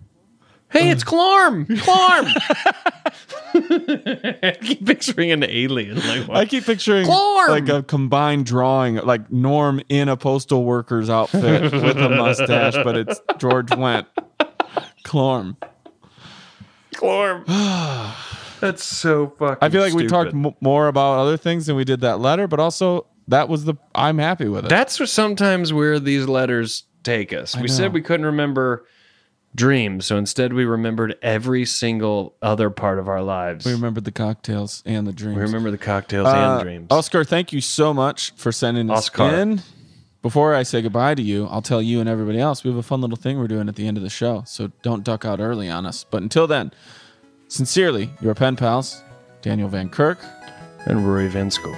Hey, it's Clorm. Clorm. I keep picturing an alien. Like, what? I keep picturing Clorm. like a combined drawing, like Norm in a postal worker's outfit with a mustache, but it's George Went. Clorm. Clorm. That's so fucking I feel like we stupid. talked m- more about other things than we did that letter, but also that was the I'm happy with it. That's where sometimes where these letters take us. we said know. we couldn't remember dreams, so instead we remembered every single other part of our lives. we remembered the cocktails and the dreams. We remember the cocktails Uh, and dreams. Oscar, thank you so much for sending us Oscar. in. Before I say goodbye to you, I'll tell you and everybody else we have a fun little thing we're doing at the end of the show, so don't duck out early on us. But until then, sincerely, your pen pals, Daniel Van Kirk. and Rory Van School.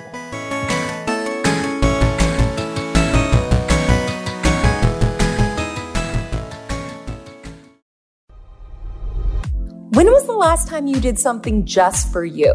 last time you did something just for you?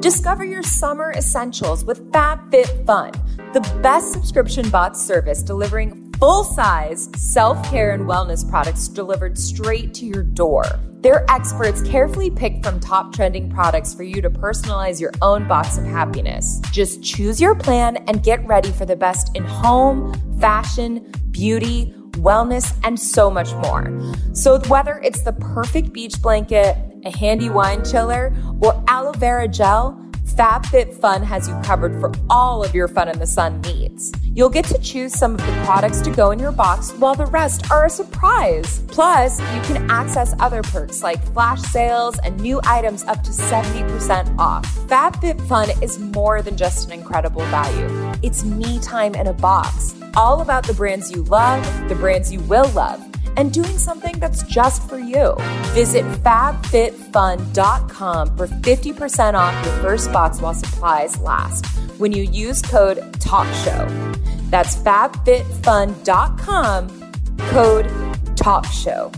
Discover your summer essentials with FabFitFun, the best subscription bot service delivering full size self care and wellness products delivered straight to your door. Their experts carefully pick from top trending products for you to personalize your own box of happiness. Just choose your plan and get ready for the best in home, fashion, beauty, wellness, and so much more. So, whether it's the perfect beach blanket, a handy wine chiller, or aloe vera gel, FabFitFun has you covered for all of your fun in the sun needs. You'll get to choose some of the products to go in your box while the rest are a surprise. Plus, you can access other perks like flash sales and new items up to 70% off. FabFitFun is more than just an incredible value. It's me time in a box, all about the brands you love, the brands you will love and doing something that's just for you. Visit fabfitfun.com for 50% off your first box while supplies last when you use code TALKSHOW. That's fabfitfun.com, code TALKSHOW.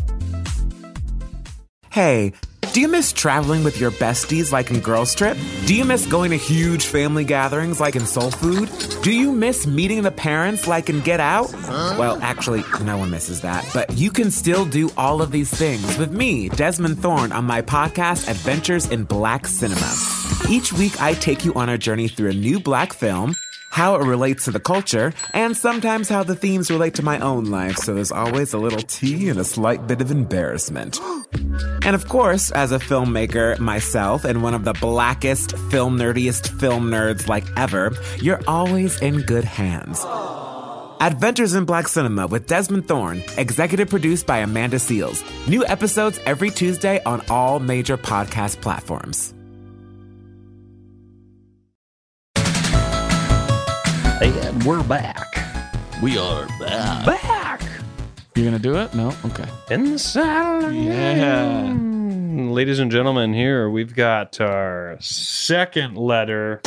Hey, do you miss traveling with your besties like in Girls Trip? Do you miss going to huge family gatherings like in Soul Food? Do you miss meeting the parents like in Get Out? Well, actually, no one misses that. But you can still do all of these things with me, Desmond Thorne, on my podcast, Adventures in Black Cinema. Each week, I take you on a journey through a new black film how it relates to the culture, and sometimes how the themes relate to my own life, so there's always a little tea and a slight bit of embarrassment. And of course, as a filmmaker myself and one of the blackest, film nerdiest film nerds like ever, you're always in good hands. Adventures in Black Cinema with Desmond Thorne, executive produced by Amanda Seals. New episodes every Tuesday on all major podcast platforms. And we're back. We are back. Back! You're gonna do it? No. Okay. Inside. Yeah. Ladies and gentlemen, here we've got our second letter.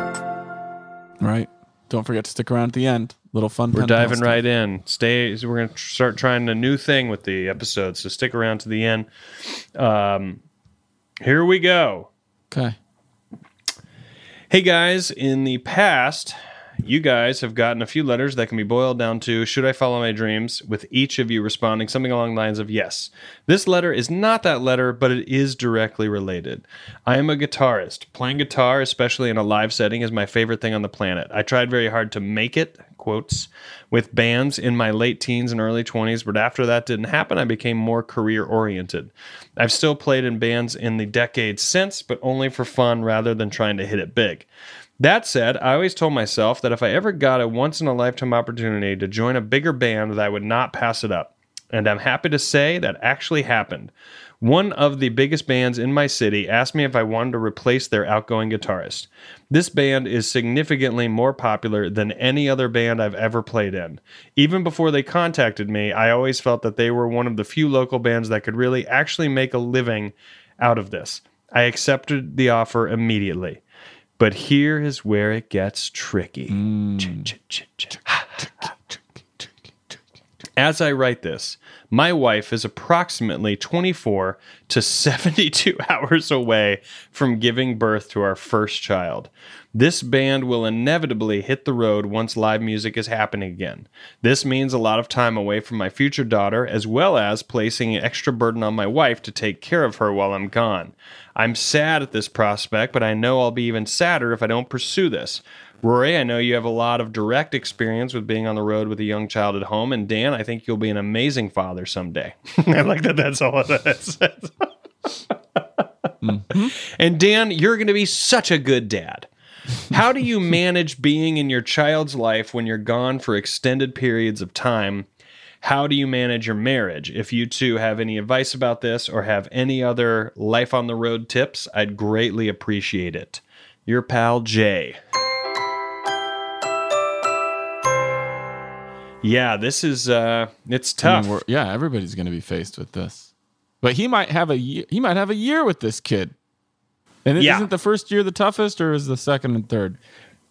All right. Don't forget to stick around at the end. Little fun. We're pen pal diving stuff. right in. Stay. We're going to start trying a new thing with the episode, so stick around to the end. Um, here we go. Okay. Hey guys, in the past, you guys have gotten a few letters that can be boiled down to Should I follow my dreams? with each of you responding something along the lines of Yes. This letter is not that letter, but it is directly related. I am a guitarist. Playing guitar, especially in a live setting, is my favorite thing on the planet. I tried very hard to make it, quotes, with bands in my late teens and early 20s, but after that didn't happen, I became more career oriented. I've still played in bands in the decades since, but only for fun rather than trying to hit it big. That said, I always told myself that if I ever got a once in a lifetime opportunity to join a bigger band, that I would not pass it up. And I'm happy to say that actually happened. One of the biggest bands in my city asked me if I wanted to replace their outgoing guitarist. This band is significantly more popular than any other band I've ever played in. Even before they contacted me, I always felt that they were one of the few local bands that could really actually make a living out of this. I accepted the offer immediately. But here is where it gets tricky. As I write this, my wife is approximately 24 to 72 hours away from giving birth to our first child. This band will inevitably hit the road once live music is happening again. This means a lot of time away from my future daughter, as well as placing an extra burden on my wife to take care of her while I'm gone. I'm sad at this prospect, but I know I'll be even sadder if I don't pursue this. Rory, I know you have a lot of direct experience with being on the road with a young child at home. And Dan, I think you'll be an amazing father someday. I like that that's all it is. And Dan, you're going to be such a good dad. How do you manage being in your child's life when you're gone for extended periods of time? How do you manage your marriage? If you two have any advice about this or have any other life on the road tips, I'd greatly appreciate it. Your pal, Jay. Yeah, this is uh it's I tough. mean, we're- yeah, everybody's gonna be faced with this. But he might have a year, he might have a year with this kid. And it Yeah. not the first year the toughest, or is the second and third?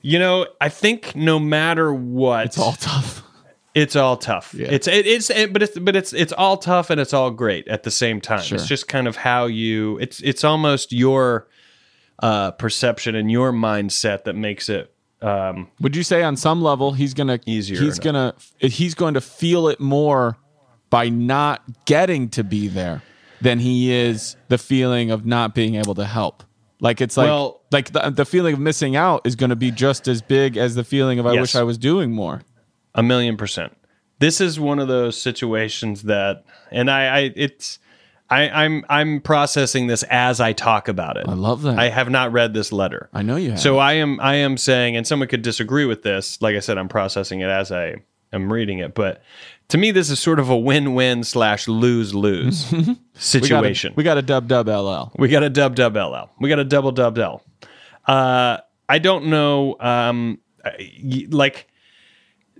you know, I think no matter what It's all tough. It's all tough. Yeah. It's it, it's it, but it's but it's it's all tough and it's all great at the same time. Sure. It's just kind of how you. It's it's almost your uh, perception and your mindset that makes it. Um, Would you say on some level he's gonna Easier He's or gonna he's going to feel it more by not getting to be there than he is the feeling of not being able to help. Like it's like Well- like the, the feeling of missing out is going to be just as big as the feeling of I Yes. wish I was doing more. A million percent. This is one of those situations that, and I, I it's, I, I'm, I'm processing this as I talk about it. I love that. I have not read this letter. I know you have. So I am, I am saying, and someone could disagree with this. Like I said, I'm processing it as I am reading it, but to me, this is sort of a win-win slash lose-lose We got a- situation. We got a dub dub LL. We got a dub dub LL. We got a double dub L. Uh, I don't know. Um, I- y- like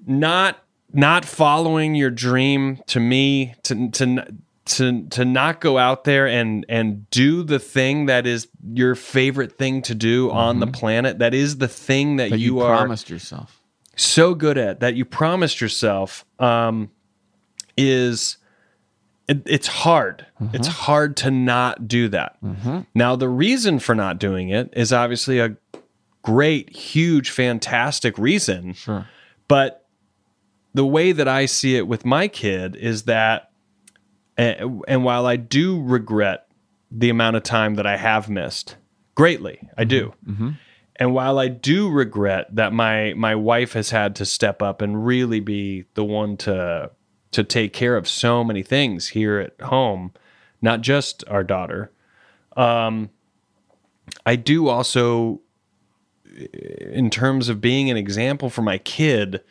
not not following your dream to me to to n- to to not go out there and and do the thing that is your favorite thing to do on the planet. That is the thing Mm-hmm. that, That you, you, are promised yourself. so good at that you promised yourself um, is it, it's hard. It's hard to not do that. Now, the reason for not doing it is obviously a great, huge, fantastic reason. Sure. But the way that I see it with my kid is that, and, and while I do regret the amount of time that I have missed greatly, I do. And while I do regret that my my wife has had to step up and really be the one to to take care of so many things here at home, not just our daughter, um, I do also, in terms of being an example for my kid,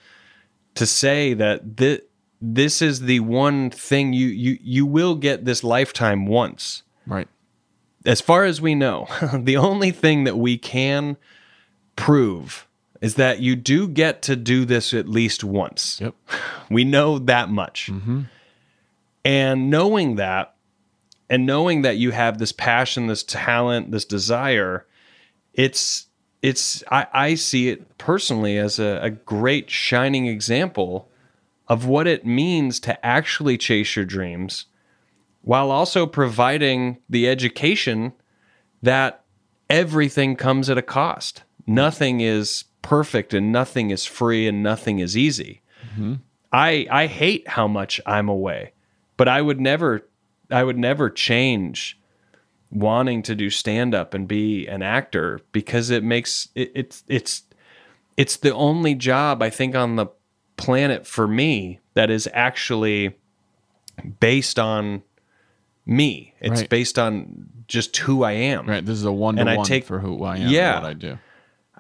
to say that this this is the one thing you you you will get this lifetime once Right. as far as we know, the only thing that we can prove is that you do get to do this at least once. Yep. We know that much. And knowing that, and knowing that you have this passion, this talent, this desire, it's it's I, I see it personally as a, a great shining example of what it means to actually chase your dreams while also providing the education that everything comes at a cost. Nothing is perfect and nothing is free and nothing is easy. I I hate how much I'm away, but I would never I would never change wanting to do stand up and be an actor because it makes it, it's it's it's the only job I think on the planet for me that is actually based on me. It's Right. based on just who I am. Right. This is a one And to I one take- for who I am. and Yeah. What I do.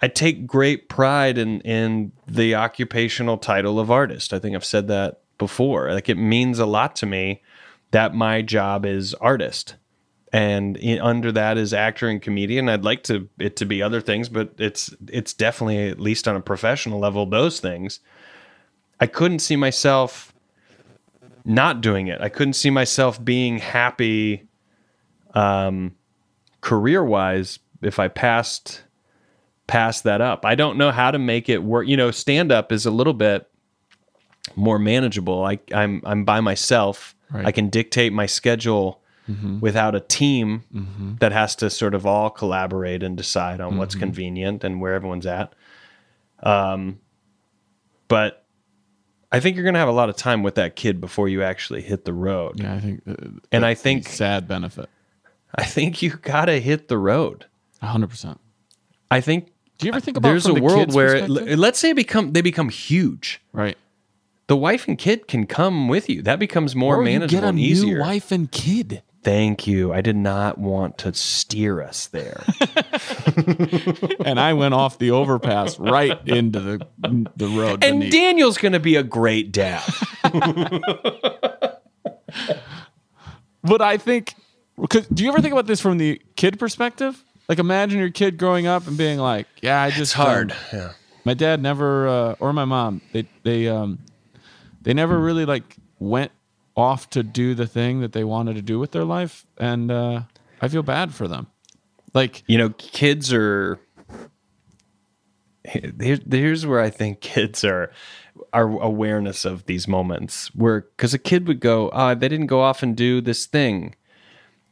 I take great pride in in the occupational title of artist. I think I've said that before. Like it means a lot to me that my job is artist, and in, under that is actor and comedian. I'd like to it to be other things, but it's it's definitely at least on a professional level those things. I couldn't see myself not doing it. I couldn't see myself being happy, um, career wise if I passed pass that up. I don't know how to make it work. You know, stand up is a little bit more manageable. I, I'm I'm by myself. Right. Mm-hmm. I can dictate my schedule without a team that has to sort of all collaborate and decide on Mm-hmm. what's convenient and where everyone's at. Um, but I think you're going to have a lot of time with that kid before you actually hit the road. Yeah. I think. uh, And I that's the think- sad benefit. I think you got to hit the road. hundred percent. I think Do you ever think about there's from a the world kid's where it, perspective? let's say become they become huge. Right. the wife and kid can come with you. That becomes more Or you manageable get a and new easier. wife and kid. Thank you. I did not want to steer us there. and I went off the overpass right into the the road. and beneath. Daniel's going to be a great dad. but I think, 'cause- do you ever think about this from the kid perspective? Like, imagine your kid growing up and being like, "Yeah, I just um, Yeah. my dad never, uh, or my mom, they they um, they never really like went off to do the thing that they wanted to do with their life, and uh, I feel bad for them. Like, You know, kids are here, here's where I think kids are our awareness of these moments where because a kid would go, oh, they didn't go off and do this thing,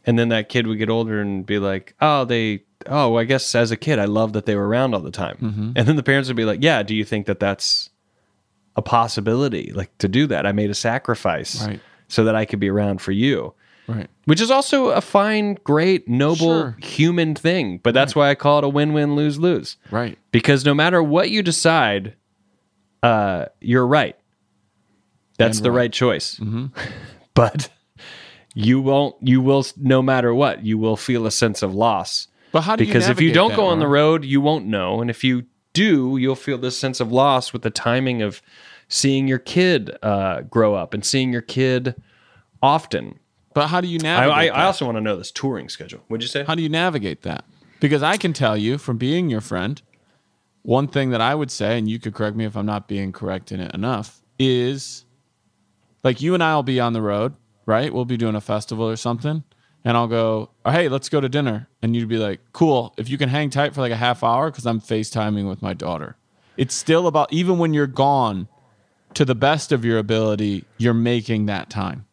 and then that kid would get older and be like, oh, they. Oh, I guess as a kid, I love that they were around all the time. And then the parents would be like, "Yeah, do you think that that's a possibility like to do that i made a sacrifice Right. so that i could be around for you Right. which is also a fine great noble Sure. human thing but that's why i call it a win-win lose-lose Right. because no matter what you decide uh, you're right that's the right, choice Mm-hmm. but you won't you will no matter what you will feel a sense of loss But how do you because if you navigate don't that, go on the Ron? road, you won't know, and if you do, you'll feel this sense of loss with the timing of seeing your kid uh, grow up and seeing your kid often. But how do you I, I, navigate? that? I also want to know this touring schedule. Would you say? How do you navigate that? Because I can tell you from being your friend, one thing that I would say, and you could correct me if I'm not being correct in it enough, is like you and I will be on the road, right? We'll be doing a festival or something. And I'll go, oh, hey, let's go to dinner. And you'd be like, cool. If you can hang tight for like a half hour, because I'm FaceTiming with my daughter. It's still about, even when you're gone to the best of your ability, you're making that time.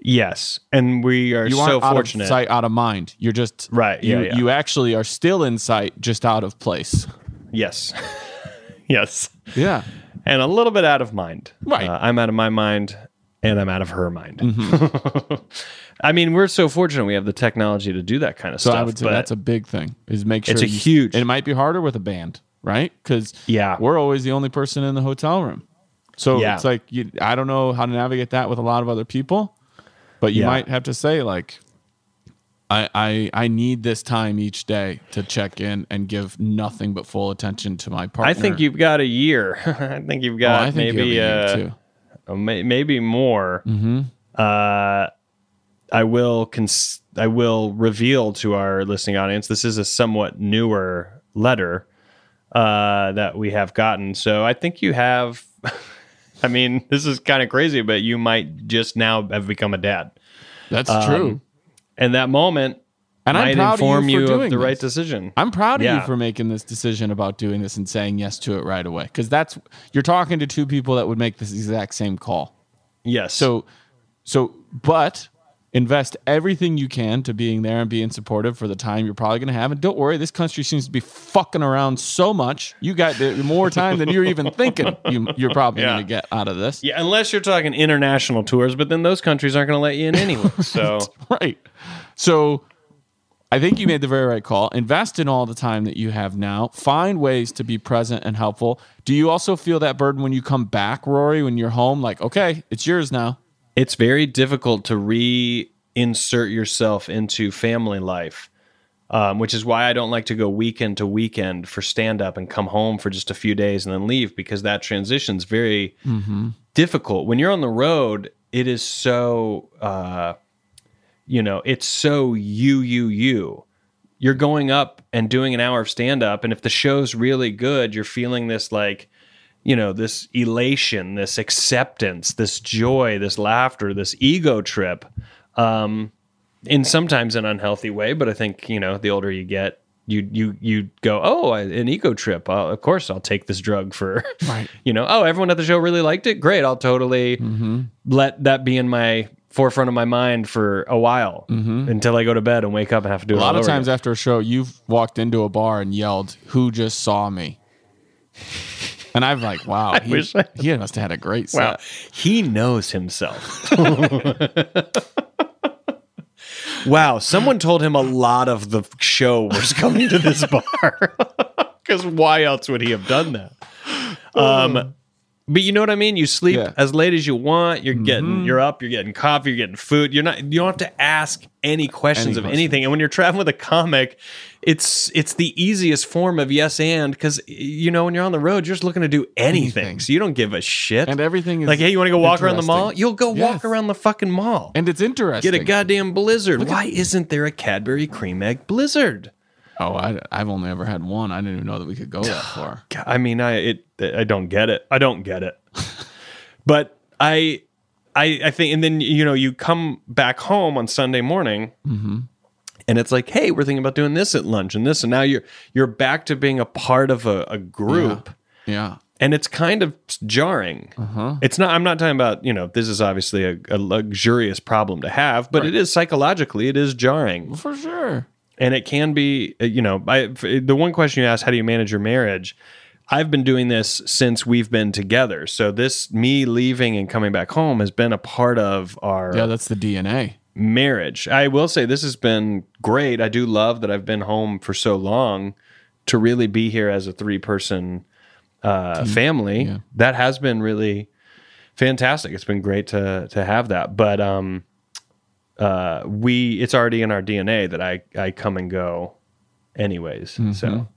Yes, and we are you so aren't out fortunate. of sight, out of mind. You're just Right, yeah, you, yeah. you actually are still in sight, just out of place. Yes, yes, Yeah, and a little bit out of mind. Right. Uh, I'm out of my mind, and I'm out of her mind. Mm-hmm. I mean, we're so fortunate we have the technology to do that kind of so stuff. I would say but that's a big thing. Is make sure It's a you- huge- and It might be harder with a band, right? Because Yeah. we're always the only person in the hotel room. So Yeah. it's like you, I don't know how to navigate that with a lot of other people, but you Yeah. might have to say like. I, I I need this time each day to check in and give nothing but full attention to my partner. I think you've got a year. I think you've Oh, got I think you maybe have uh, a year, too. uh, may, maybe more. Mm-hmm. Uh, I will cons- I will reveal to our listening audience this is a somewhat newer letter uh, that we have gotten. So I think you have. I mean, this is kind of crazy, but you might just now have become a dad, That's um, true. and that moment And might I'm proud inform of you, for of doing the right this. decision. I'm proud of Yeah. you for making this decision about doing this and saying yes to it right away. Because that's you're talking to two people that would make this exact same call. yes. So, so, but invest everything you can to being there and being supportive for the time you're probably going to have. And don't worry, this country seems to be fucking around so much. You got the- more time than you're even thinking you, you're probably Yeah. going to get out of this. Yeah, unless you're talking international tours, but then those countries aren't going to let you in anyway. So Right. So I think you made the very right call. Invest in all the time that you have now. Find ways to be present and helpful. Do you also feel that burden when you come back, Rory, when you're home? Like, okay, it's yours now. it's very difficult to reinsert yourself into family life, um, which is why I don't like to go weekend to weekend for stand up and come home for just a few days and then leave because that transition's very difficult. When you're on the road, it is so, uh, you know, it's so you, you, you. You're going up and doing an hour of stand up. And if the show's really good, you're feeling this like, you know, this elation, this acceptance, this joy, this laughter, this ego trip, um, in sometimes an unhealthy way. But I think you know, the older you get, you you you go, oh, I, an ego trip. I'll, of course, I'll take this drug for, you know, oh, everyone at the show really liked it. Great, I'll totally Mm-hmm. let that be in my forefront of my mind for a while until I go to bed and wake up and have to do Mm-hmm. A it lot all of over times again. after a show, you've walked into a bar and yelled, Who just saw me? And I'm like, wow, he, wish I- he must have had a great set. Wow. He knows himself. wow. Someone told him a lot of the show was coming to this bar. Because why else would he have done that? Um, but you know what I mean? You sleep Yeah. as late as you want. You're getting, you're up, you're getting coffee, you're getting food. You're not, you don't have to ask any Any questions of questions. anything. And when you're traveling with a comic, it's, it's the easiest form of yes and because, you know, when you're on the road, you're just looking to do anything. Anything. So you don't give a shit. And everything is like, hey, you want to go walk around the mall? interesting. You'll go walk Yes. around the fucking mall And it's interesting. get a goddamn blizzard. Why isn't there a Cadbury cream egg blizzard? Oh, I, I've only ever had one. I didn't even know that we could go that far. God, I mean, I it I don't get it. I don't get it. but I Mm-hmm. I I think, and then you know, you come back home on Sunday morning, and it's like, hey, we're thinking about doing this at lunch and this, and now you're you're back to being a part of a, a group Yeah. and it's kind of jarring. It's not. I'm not talking about you know. This is obviously a, a luxurious problem to have, but it is psychologically it is jarring, For sure. and it can be uh, you know. I, f- the one question you asked, how do you manage your marriage? I've been doing this since we've been together, so this me leaving and coming back home has been a part of our Yeah, that's the DNA. marriage. I will say this has been great. I do love that I've been home for so long to really be here as a three person uh, family. That has been really fantastic. It's been great to to have that. But um, uh, we it's already in our DNA that I I come and go, anyways. Mm-hmm. So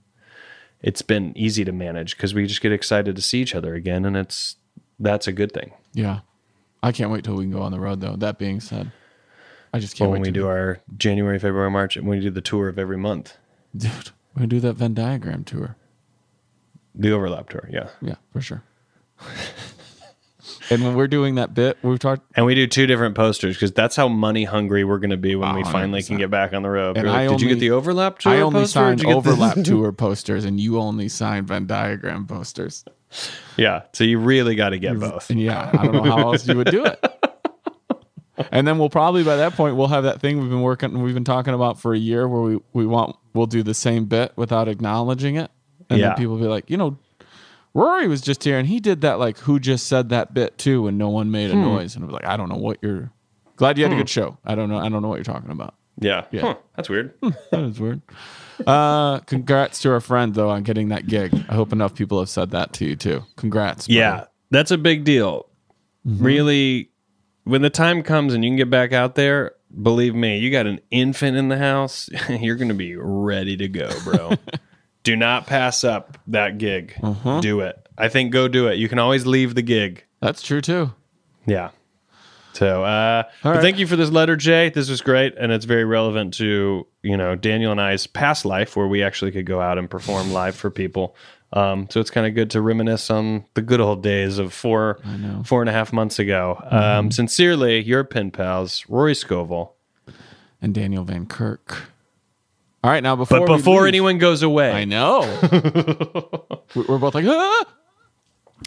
it's been easy to manage because we just get excited to see each other again, and it's that's a good thing. Yeah. I can't wait till we can go on the road though. That being said, I just But can't when wait we to do our January, February, March, and we do the tour of every month. Dude, we're gonna do that Venn diagram tour. The overlap tour, yeah. Yeah, for sure. and when we're doing that bit, we've talked, And we do two different posters because that's how money hungry we're going to be when we Oh, finally can 100%. get back on the road. And We're like, I Did you only- get the overlap tour? I only poster? Did signed you get the-" overlap tour posters, and you only signed Venn diagram posters. Yeah, so you really got to get both. And yeah, I don't know how else you would do it. And then we'll probably by that point we'll have that thing we've been working we've been talking about for a year where we, we want we'll do the same bit without acknowledging it. And Yeah. then people will be like, you know, Rory was just here and he did that like who just said that bit too and no one made Hmm. a noise and I was like, I don't know what you're glad you had a good show. I don't know I don't know what you're talking about. Yeah, Huh, that's weird. That is weird. Uh congrats to our friend though on getting that gig. I hope enough people have said that to you too. Congrats. brother. yeah, that's a big deal. Mm-hmm. Really, when the time comes and you can get back out there, believe me, you got an infant in the house, you're going to be ready to go, bro. do not pass up that gig. Uh-huh. Do it. I think go do it. You can always leave the gig. That's true too. Yeah. So, uh, but right. thank you for this letter, Jay. This was great, and it's very relevant to you know Daniel and I's past life, where we actually could go out and perform live for people. Um, so it's kind of good to reminisce on the good old days of four, four and a half months ago. Mm-hmm. Um, sincerely, your pen pals, Rory Scovel. and Daniel Van Kirk. All right, now before But we before leave- anyone goes away, I know, We- we're both like, ah!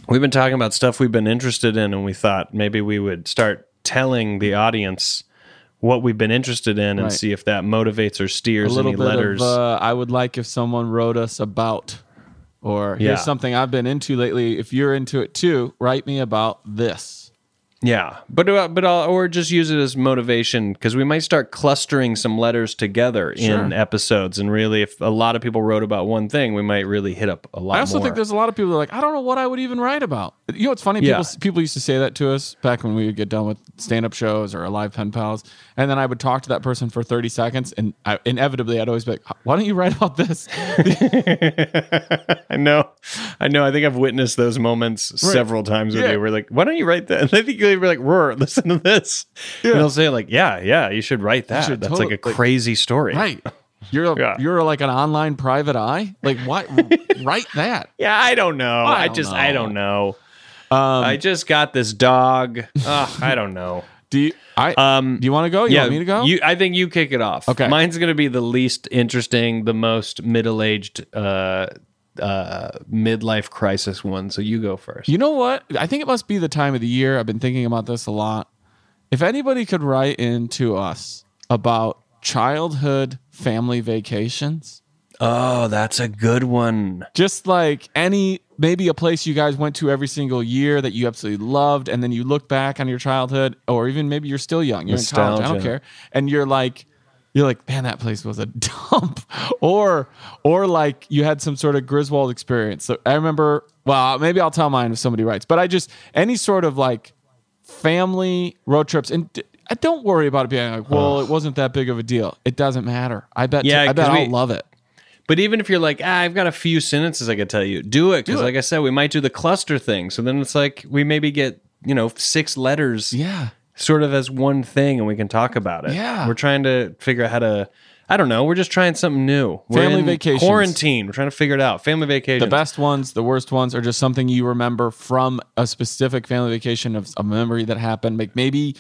We've been talking about stuff we've been interested in, and we thought maybe we would start telling the audience what we've been interested in and Right. see if that motivates or a steers little any bit letters. of. Uh, I would like if someone wrote us about, or Yeah. here's something I've been into lately. If you're into it too, write me about this. yeah, but uh, but I'll, or just use it as motivation because we might start clustering some letters together in episodes, and really, if a lot of people wrote about one thing, we might really hit up a lot. I also more. think there's a lot of people that are like, I don't know what I would even write about. You know, it's funny. Yeah. People people used to say that to us back when we would get done with stand up shows or live pen pals, and then I would talk to that person for 30 seconds, and I, inevitably I'd always be like, Why don't you write about this? I know, I know. I think I've witnessed those moments several times with Yeah. you. We're like, why don't you write that? And I think you'll be like, Roar, listen to this. And they'll say like, yeah, yeah, you should write that. should That's totally- like a like- crazy story. Right. You're a, Yeah. you're like an online private eye. Like why write that? Yeah, I don't know. I, don't just, I know. Um, don't know. I just got this dog. Ugh, I don't know. Do you I Um, do you want to go? You want me to go? You, I think you kick it off. Okay. Mine's going to be the least interesting, the most middle aged, uh, uh, midlife crisis one. So you go first. you know what? I think it must be the time of the year. I've been thinking about this a lot. If anybody could write in to us about childhood family vacations, oh, that's a good one. just like any maybe a place you guys went to every single year that you absolutely loved and then you look back on your childhood or even maybe you're still young you're in college i don't Nostalgia. care and you're like you're like man that place was a dump or or like you had some sort of griswold experience so i remember well maybe i'll tell mine if somebody writes but i just any sort of like family road trips and d- I don't worry about it being like, well, it wasn't that big of a deal. It doesn't matter. I bet. Yeah, I bet 'cause we- I'll love it. But even if you're like, ah, I've got a few sentences I could tell you, do it. Because, like I said, we might do the cluster thing. So then it's like we maybe get, you know, six letters Yeah. sort of as one thing and we can talk about it. Yeah. We're trying to figure out how to, I don't know, we're just trying something new. We're Family in vacations. Quarantine. We're trying to figure it out. Family vacation. the best ones, the worst ones, or just something you remember from a specific family vacation of a memory that happened. Like maybe,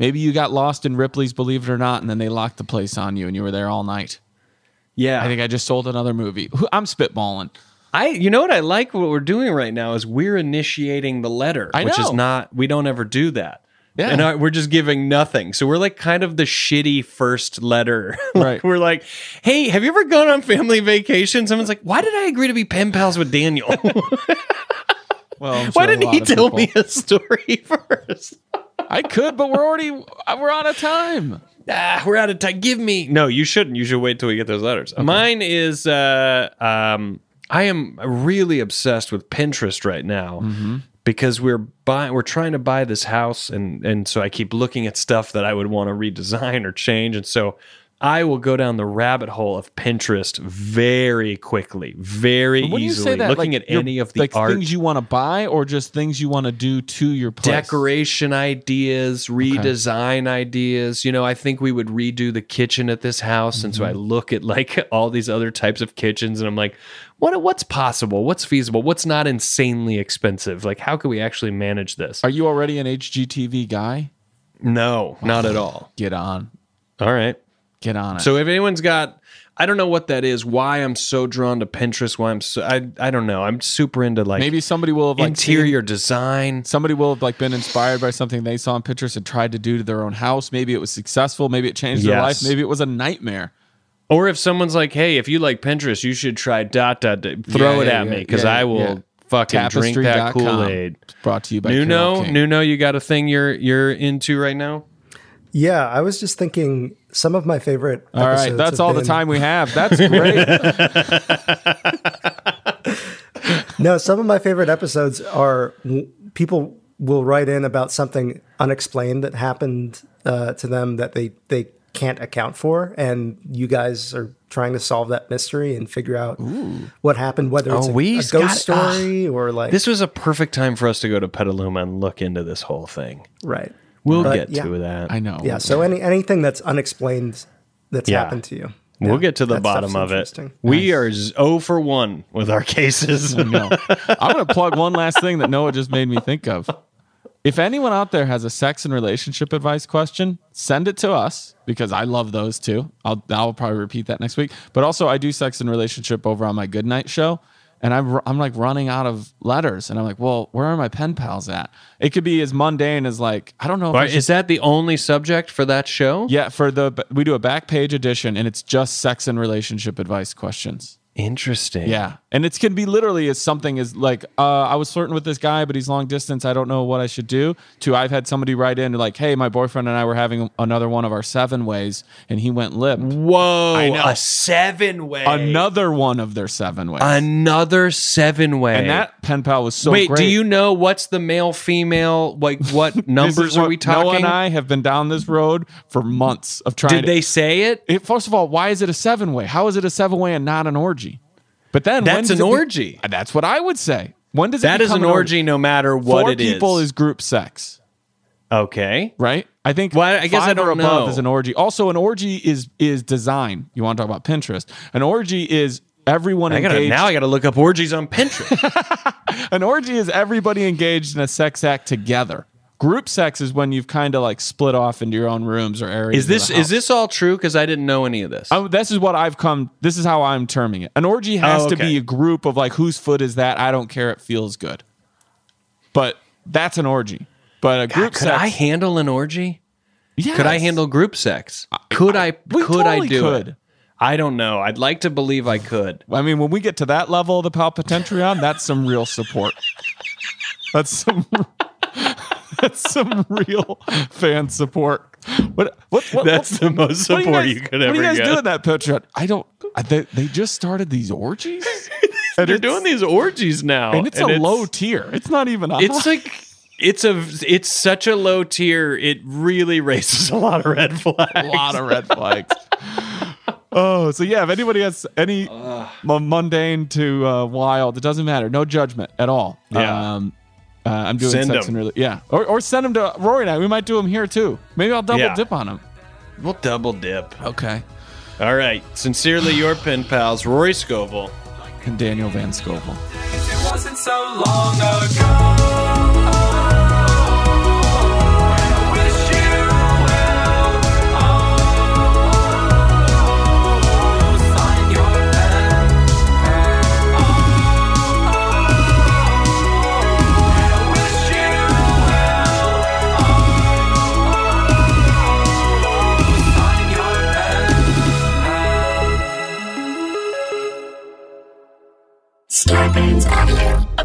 Maybe you got lost in Ripley's Believe It or Not, and then they locked the place on you, and you were there all night. Yeah. I think I just sold another movie. I'm spitballing. I you know what I like what we're doing right now is we're initiating the letter, I which is know. not we don't ever do that. Yeah. And I, we're just giving nothing. So we're like kind of the shitty first letter. Like, Right. We're like, hey, have you ever gone on family vacation? Someone's like, why did I agree to be pen pals with Daniel? Well, I'm why sure a didn't lot he of tell people- me a story first? I could, but we're already we're out of time. ah, we're out of time. Give me. No, you shouldn't. You should wait till we get those letters. Mine is uh um I am really obsessed with Pinterest right now because we're buying we're trying to buy this house and and so I keep looking at stuff that I would want to redesign or change and so I will go down the rabbit hole of Pinterest very quickly, very When you easily. say that, looking like, at your- any of the like art things you want to buy, or just things you want to do to your place. decoration ideas, redesign ideas. You know, I think we would redo the kitchen at this house, and so I look at like all these other types of kitchens, and I'm like, what what's possible? What's feasible? What's not insanely expensive? Like, how can we actually manage this? Are you already an HGTV guy? no, not at all. Get on, All right. get on it. So if anyone's got, I don't know what that is. Why I'm so drawn to Pinterest? Why I'm so I I don't know. I'm super into like maybe somebody will have like seen- interior design. somebody will have like been inspired by something they saw in pictures and tried to do to their own house. Maybe it was successful. Maybe it changed their life. Yes. Maybe it was a nightmare. Or if someone's like, "Hey, if you like Pinterest, you should try dot dot." dot throw Yeah, it yeah, at yeah, me because yeah, I will yeah. fucking drink that Tapestry.com. Kool Aid. Brought to you by Carole Nuno, King. Nuno, you got a thing you're you're into right now? Yeah, I was just thinking some of my favorite. All right, episodes that's have all the been- time we have. That's great. No, some of my favorite episodes are w- people will write in about something unexplained that happened uh, to them that they they can't account for, and you guys are trying to solve that mystery and figure out what happened, whether it's Oh, a, we a got- ghost story or like This was a perfect time for us to go to Petaluma and look into this whole thing. right. We'll But, get yeah. to that. I know. Yeah. So any anything that's unexplained that's Yeah. happened to you, We'll Yeah, get to the that stuff's bottom of it. interesting. We are zero for one with our cases. no. I'm going to plug one last thing that Noah just made me think of. If anyone out there has a sex and relationship advice question, send it to us because I love those too. I'll, I'll probably repeat that next week. But also, I do sex and relationship over on my Good Night show. And I'm, I'm like running out of letters. And I'm like, well, where are my pen pals at? It could be as mundane as like, I don't know. If I All right, is that the only subject for that show? yeah, for the, we do a back page edition and it's just sex and relationship advice questions. Interesting. Yeah. And it's can be literally as something as like, uh, I was flirting with this guy, but he's long distance. I don't know what I should do. To I've had somebody write in like, hey, my boyfriend and I were having another one of our seven ways, and he went limp. Whoa. I know. A seven way. Another one of their seven ways. Another seven way. and that pen pal was so Wait, great. do you know what's the male female like what This is numbers are what we talking? Noah and I have been down this road for months of trying Did to- they say it? It- first of all, why is it a seven way? How is it a seven way and not an orgy? But then when That's does an it be- orgy. that's what I would say. When does it That is become an orgy no matter what Four it is. people is group sex. Okay. right? I think. Well, I- I guess I five or don't above know. is an orgy. Also, an orgy is is design. You want to talk about Pinterest? An orgy is everyone I gotta, engaged. now I got to look up orgies on Pinterest. an orgy is everybody engaged in a sex act together. Group sex is when you've kind of like split off into your own rooms or areas. is this of the is this all true? Because I didn't know any of this. Oh, this is what I've come. This is how I'm terming it. An orgy has Oh, to okay. be a group of like whose foot is that? I don't care. It feels good. But that's an orgy. But a group Ah, could sex. I handle an orgy? Yes. Could I handle group sex? Could I? we could I totally do could. it? I don't know. I'd like to believe I could. I mean, when we get to that level of the Palpatentreon, that's some real support. That's some that's some real fan support. What what, what That's what- the most what are support guys- you could What are ever you guys get. doing that Patreon? I don't. I, they, they just started these orgies, and They're it's- doing these orgies now, and it's a low tier. It's not even. A Oh, it's high- like it's a it's such a low tier. It really raises a lot of red flags. a lot of red flags. oh, so yeah, if anybody has any mu- mundane to uh, wild, it doesn't matter. No judgment at all. Yeah. Um, uh, I'm doing Send sex 'em. and really, yeah, or, or send them to Rory and I. We might do them here too. Maybe I'll double Yeah. dip on them. We'll double dip. Okay. All right. Sincerely, your pen pals, Rory Scovel. And Daniel Van Scovel. It wasn't so long ago. And I wish you Starbane's Audio, a,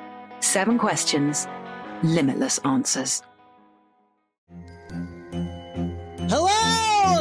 Seven questions, limitless answers. Hello,